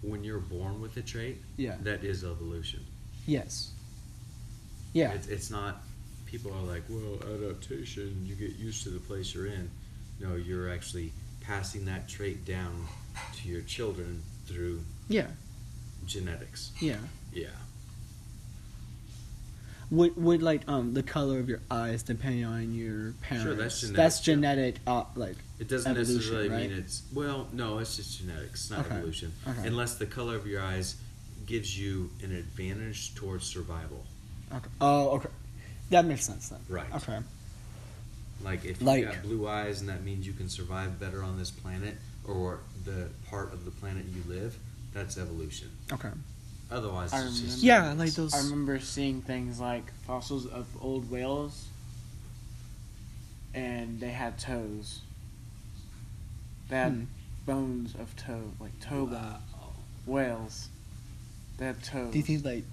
[SPEAKER 9] when you're born with a trait,
[SPEAKER 11] Yeah.
[SPEAKER 9] that is evolution.
[SPEAKER 11] Yes. Yeah.
[SPEAKER 9] It's, it's not, people are like, well, adaptation, you get used to the place you're in. No, you're actually passing that trait down to your children through
[SPEAKER 11] Yeah.
[SPEAKER 9] genetics.
[SPEAKER 11] Yeah.
[SPEAKER 9] Yeah.
[SPEAKER 11] Would would like um the color of your eyes depending on your parents?
[SPEAKER 9] genetic,
[SPEAKER 11] That's
[SPEAKER 9] yeah.
[SPEAKER 11] genetic. Uh, like
[SPEAKER 9] It doesn't
[SPEAKER 11] Evolution,
[SPEAKER 9] necessarily
[SPEAKER 11] right?
[SPEAKER 9] mean it's, well, no, it's just genetics, not
[SPEAKER 11] Okay.
[SPEAKER 9] evolution.
[SPEAKER 11] Okay.
[SPEAKER 9] Unless the color of your eyes gives you an advantage towards survival.
[SPEAKER 11] okay. Oh, okay. That makes sense then.
[SPEAKER 9] Right.
[SPEAKER 11] Okay.
[SPEAKER 9] Like if
[SPEAKER 11] Like-
[SPEAKER 9] you've got blue eyes and that means you can survive better on this planet or the part of the planet you live, that's evolution.
[SPEAKER 11] Okay.
[SPEAKER 9] Otherwise,
[SPEAKER 10] I
[SPEAKER 9] it's just
[SPEAKER 10] remember-
[SPEAKER 11] Yeah,
[SPEAKER 9] genetics.
[SPEAKER 11] like those.
[SPEAKER 10] I remember seeing things like fossils of old whales, and they had toes. They had
[SPEAKER 11] Hmm.
[SPEAKER 10] bones of toe, like toe bone
[SPEAKER 9] Wow.
[SPEAKER 10] whales. They had toes.
[SPEAKER 11] Do you think like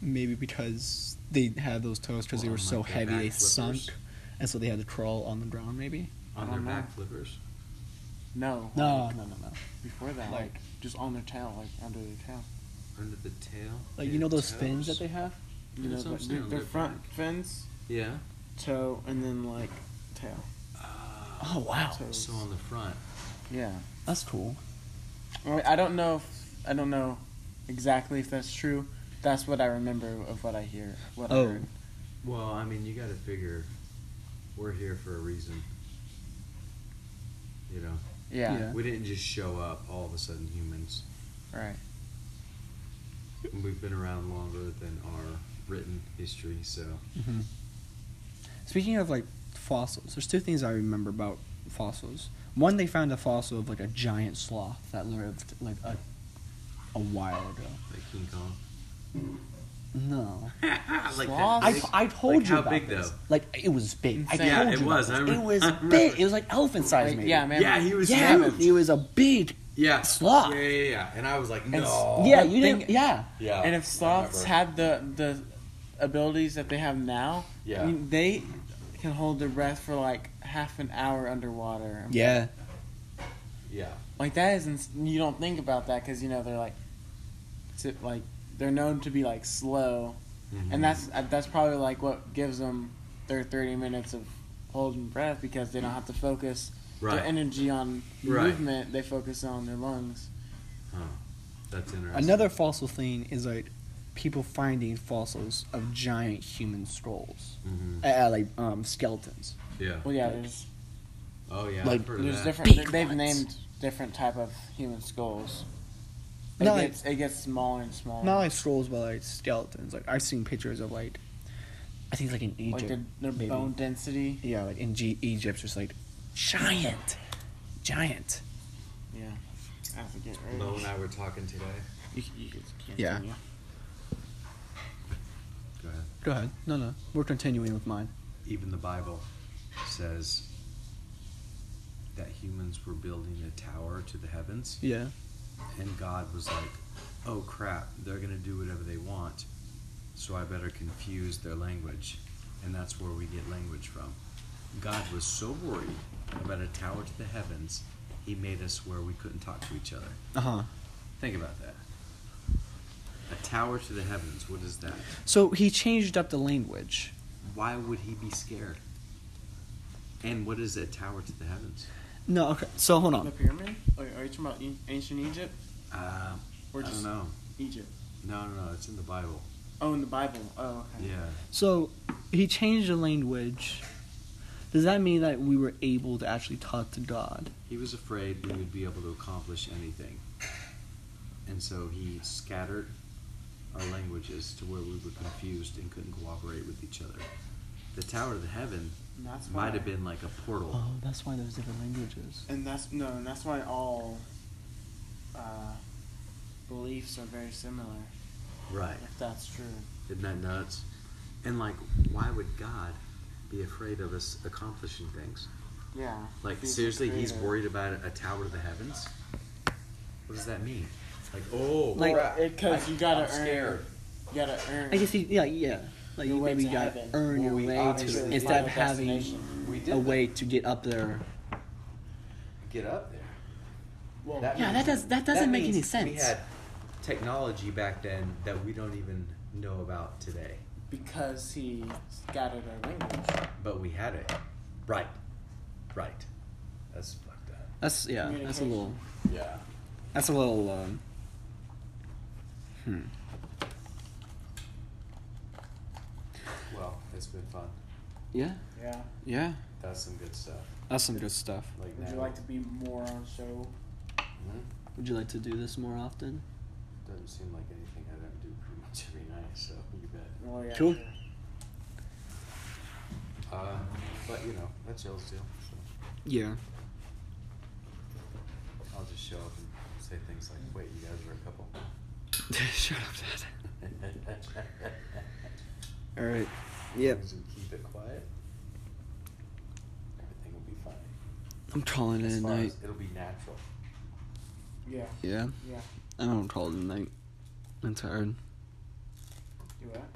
[SPEAKER 11] maybe because they had those toes because they
[SPEAKER 9] Or
[SPEAKER 11] were
[SPEAKER 9] on,
[SPEAKER 11] so
[SPEAKER 9] like, their
[SPEAKER 11] heavy
[SPEAKER 9] back
[SPEAKER 11] they
[SPEAKER 9] flippers.
[SPEAKER 11] sunk, and so they had to crawl on the ground? Maybe.
[SPEAKER 9] on
[SPEAKER 10] I
[SPEAKER 9] their
[SPEAKER 10] don't know.
[SPEAKER 9] back flippers.
[SPEAKER 10] No.
[SPEAKER 11] No,
[SPEAKER 10] like,
[SPEAKER 11] no, no, no.
[SPEAKER 10] Before that, like,
[SPEAKER 11] like-
[SPEAKER 10] just on their tail, like under their tail.
[SPEAKER 9] Under the tail.
[SPEAKER 11] Like you
[SPEAKER 9] and
[SPEAKER 11] know those
[SPEAKER 9] toes.
[SPEAKER 11] fins that they have.
[SPEAKER 10] You know,
[SPEAKER 9] That's what I'm
[SPEAKER 10] but
[SPEAKER 9] saying,
[SPEAKER 10] their
[SPEAKER 9] their
[SPEAKER 10] front fins,
[SPEAKER 9] Yeah.
[SPEAKER 10] toe, and then like tail.
[SPEAKER 11] Oh wow,
[SPEAKER 10] Toes.
[SPEAKER 9] So on the front.
[SPEAKER 10] yeah.
[SPEAKER 11] that's cool.
[SPEAKER 10] Well, I don't know. If, I don't know exactly if that's true. That's what I remember of what I hear. What I
[SPEAKER 11] Oh.
[SPEAKER 10] heard.
[SPEAKER 9] Well, I mean, you got to figure we're here for a reason. You know,
[SPEAKER 10] Yeah,
[SPEAKER 11] Yeah.
[SPEAKER 9] we didn't just show up all of a sudden humans.
[SPEAKER 10] Right.
[SPEAKER 9] We've been around longer than our written history, so
[SPEAKER 11] hmm Speaking of like fossils, there's two things I remember about fossils. One, they found a fossil of like a giant sloth that lived like a a while ago.
[SPEAKER 9] like King Kong.
[SPEAKER 11] No,
[SPEAKER 9] like
[SPEAKER 10] Sloth?
[SPEAKER 11] I, I told
[SPEAKER 9] Like,
[SPEAKER 11] you
[SPEAKER 9] how
[SPEAKER 11] about
[SPEAKER 9] big,
[SPEAKER 11] this.
[SPEAKER 9] though?
[SPEAKER 11] Like it was big. I
[SPEAKER 10] Insane. Yeah,
[SPEAKER 11] told
[SPEAKER 9] it
[SPEAKER 11] you about
[SPEAKER 9] was. I
[SPEAKER 11] this.
[SPEAKER 9] remember-
[SPEAKER 11] It was
[SPEAKER 9] I remember.
[SPEAKER 11] big. It was like elephant size,
[SPEAKER 10] Like,
[SPEAKER 11] maybe.
[SPEAKER 10] yeah, man.
[SPEAKER 9] Yeah, he was
[SPEAKER 11] Yeah,
[SPEAKER 9] huge.
[SPEAKER 11] he was a big
[SPEAKER 9] yeah,
[SPEAKER 11] sloth.
[SPEAKER 9] Yeah, yeah, yeah. And I was like,
[SPEAKER 10] s-
[SPEAKER 9] no.
[SPEAKER 11] Yeah,
[SPEAKER 10] But
[SPEAKER 11] you
[SPEAKER 10] thing-
[SPEAKER 11] didn't. Yeah,
[SPEAKER 9] Uh,
[SPEAKER 5] yeah.
[SPEAKER 10] And if sloths
[SPEAKER 5] remember.
[SPEAKER 10] had the the abilities that they have now,
[SPEAKER 5] Yeah.
[SPEAKER 10] I mean, they can hold their breath for like half an hour underwater.
[SPEAKER 11] yeah,
[SPEAKER 5] yeah.
[SPEAKER 10] Like that is ins- you don't think about that because you know they're like, si- like they're known to be like slow,
[SPEAKER 9] Mhm.
[SPEAKER 10] and that's uh, that's probably like what gives them their thirty minutes of holding breath because they don't have to focus
[SPEAKER 9] Right.
[SPEAKER 10] their energy on
[SPEAKER 9] Right.
[SPEAKER 10] movement. They focus on their lungs.
[SPEAKER 9] huh. That's interesting.
[SPEAKER 11] Another fossil thing is like people finding fossils of giant human skulls,
[SPEAKER 9] Mhm.
[SPEAKER 11] uh, like um, skeletons.
[SPEAKER 9] Yeah.
[SPEAKER 10] Well, yeah, there's
[SPEAKER 9] Oh yeah.
[SPEAKER 11] like,
[SPEAKER 9] I've heard of
[SPEAKER 10] there's
[SPEAKER 9] that.
[SPEAKER 10] different.
[SPEAKER 11] Big
[SPEAKER 10] they- They've
[SPEAKER 11] ones.
[SPEAKER 10] named different type of human skulls. It,
[SPEAKER 11] Not like-
[SPEAKER 10] gets, it gets smaller and smaller.
[SPEAKER 11] Not like skulls, but like skeletons. Like I've seen pictures of like, I think like in Egypt,
[SPEAKER 10] like their, their
[SPEAKER 11] maybe.
[SPEAKER 10] bone density.
[SPEAKER 11] Yeah, like in G- Egypt, just like giant, giant.
[SPEAKER 10] Yeah, I forget. right?
[SPEAKER 9] Mo and I were talking today.
[SPEAKER 10] You, c- you just can't
[SPEAKER 11] Yeah.
[SPEAKER 10] continue.
[SPEAKER 9] Go ahead.
[SPEAKER 11] Go ahead. No, no, we're continuing with mine.
[SPEAKER 9] Even the Bible says that humans were building a tower to the heavens,
[SPEAKER 11] Yeah.
[SPEAKER 9] and God was like, "Oh crap, they're gonna do whatever they want, so I better confuse their language," and that's where we get language from. God was so worried about a tower to the heavens, he made us where we couldn't talk to each other.
[SPEAKER 11] Uh huh.
[SPEAKER 9] Think about that. A tower to the heavens. What is that?
[SPEAKER 11] So he changed up the language.
[SPEAKER 9] Why would he be scared? And what is a tower to the heavens?
[SPEAKER 11] No, okay. So hold
[SPEAKER 10] The
[SPEAKER 11] on.
[SPEAKER 10] pyramid? Or are you talking about an- ancient Egypt
[SPEAKER 9] Uh,
[SPEAKER 10] or
[SPEAKER 9] I
[SPEAKER 10] just
[SPEAKER 9] don't know.
[SPEAKER 10] Egypt?
[SPEAKER 9] No, no, no. It's in the Bible.
[SPEAKER 10] Oh, in the Bible. Oh, okay.
[SPEAKER 9] Yeah.
[SPEAKER 11] So he changed the language. Does that mean that we were able to actually talk to God?
[SPEAKER 9] He was afraid we would be able to accomplish anything. And so he scattered our languages to where we were confused and couldn't cooperate with each other. The tower to the heaven
[SPEAKER 10] And that's why,
[SPEAKER 9] might have been like a portal.
[SPEAKER 11] Oh, that's why there's different languages.
[SPEAKER 10] And that's no, and that's why all uh, beliefs are very similar.
[SPEAKER 11] Oh.
[SPEAKER 9] Right.
[SPEAKER 10] If that's true.
[SPEAKER 9] Isn't that nuts? And like, why would God be afraid of us accomplishing things?
[SPEAKER 10] Yeah.
[SPEAKER 9] Like
[SPEAKER 10] if he's the
[SPEAKER 9] seriously, he's
[SPEAKER 10] creator.
[SPEAKER 9] worried about a tower to the heavens. What does that mean? Like, oh,
[SPEAKER 11] Like-
[SPEAKER 9] crap,
[SPEAKER 10] it- 'cause
[SPEAKER 9] I-
[SPEAKER 10] you gotta
[SPEAKER 9] I'm
[SPEAKER 10] earn-
[SPEAKER 9] scared.
[SPEAKER 10] You gotta earn.
[SPEAKER 11] I guess he, yeah, yeah. Like
[SPEAKER 10] Your
[SPEAKER 11] you
[SPEAKER 10] way
[SPEAKER 11] maybe
[SPEAKER 10] to
[SPEAKER 11] got to
[SPEAKER 10] heaven.
[SPEAKER 11] earn your
[SPEAKER 9] Well, we
[SPEAKER 11] way
[SPEAKER 9] obviously
[SPEAKER 11] to
[SPEAKER 9] didn't
[SPEAKER 11] instead
[SPEAKER 10] final
[SPEAKER 11] of having
[SPEAKER 10] destination.
[SPEAKER 9] We did
[SPEAKER 11] a
[SPEAKER 9] that.
[SPEAKER 11] way to get up there.
[SPEAKER 9] get up there.
[SPEAKER 10] Well,
[SPEAKER 9] That
[SPEAKER 11] Yeah, that does that doesn't
[SPEAKER 9] that
[SPEAKER 11] make any
[SPEAKER 9] means
[SPEAKER 11] sense.
[SPEAKER 9] We had technology back then that we don't even know about today,
[SPEAKER 10] because he scattered our language.
[SPEAKER 9] but we had it. Right, right. That's fucked up.
[SPEAKER 11] that's yeah, that's a
[SPEAKER 10] Communication.
[SPEAKER 11] little
[SPEAKER 9] Yeah.
[SPEAKER 11] that's a little um, hmm.
[SPEAKER 9] Well, it's been fun.
[SPEAKER 11] yeah,
[SPEAKER 10] Yeah.
[SPEAKER 11] yeah.
[SPEAKER 9] That's some good stuff.
[SPEAKER 11] That's some good stuff.
[SPEAKER 9] Like
[SPEAKER 10] Would
[SPEAKER 9] now,
[SPEAKER 10] you like to be more on show?
[SPEAKER 9] Mhm.
[SPEAKER 11] Would you like to do this more often?
[SPEAKER 9] Doesn't seem like anything I'd ever do pretty much every night, so you bet.
[SPEAKER 10] Well, yeah.
[SPEAKER 11] Cool.
[SPEAKER 10] sure.
[SPEAKER 9] Uh, but you know, that's Jill's deal. So
[SPEAKER 11] Yeah.
[SPEAKER 9] I'll just show up and say things like, "Wait, you guys are a couple."
[SPEAKER 11] Shut up, Dad. All right. Yep.
[SPEAKER 9] As long as we keep it quiet. Everything will be fine.
[SPEAKER 11] I'm calling it
[SPEAKER 9] As
[SPEAKER 11] a
[SPEAKER 9] far
[SPEAKER 11] night.
[SPEAKER 9] as it'll be natural.
[SPEAKER 10] Yeah.
[SPEAKER 11] Yeah.
[SPEAKER 10] Yeah.
[SPEAKER 11] I don't call it a night. I'm tired.
[SPEAKER 10] Do that.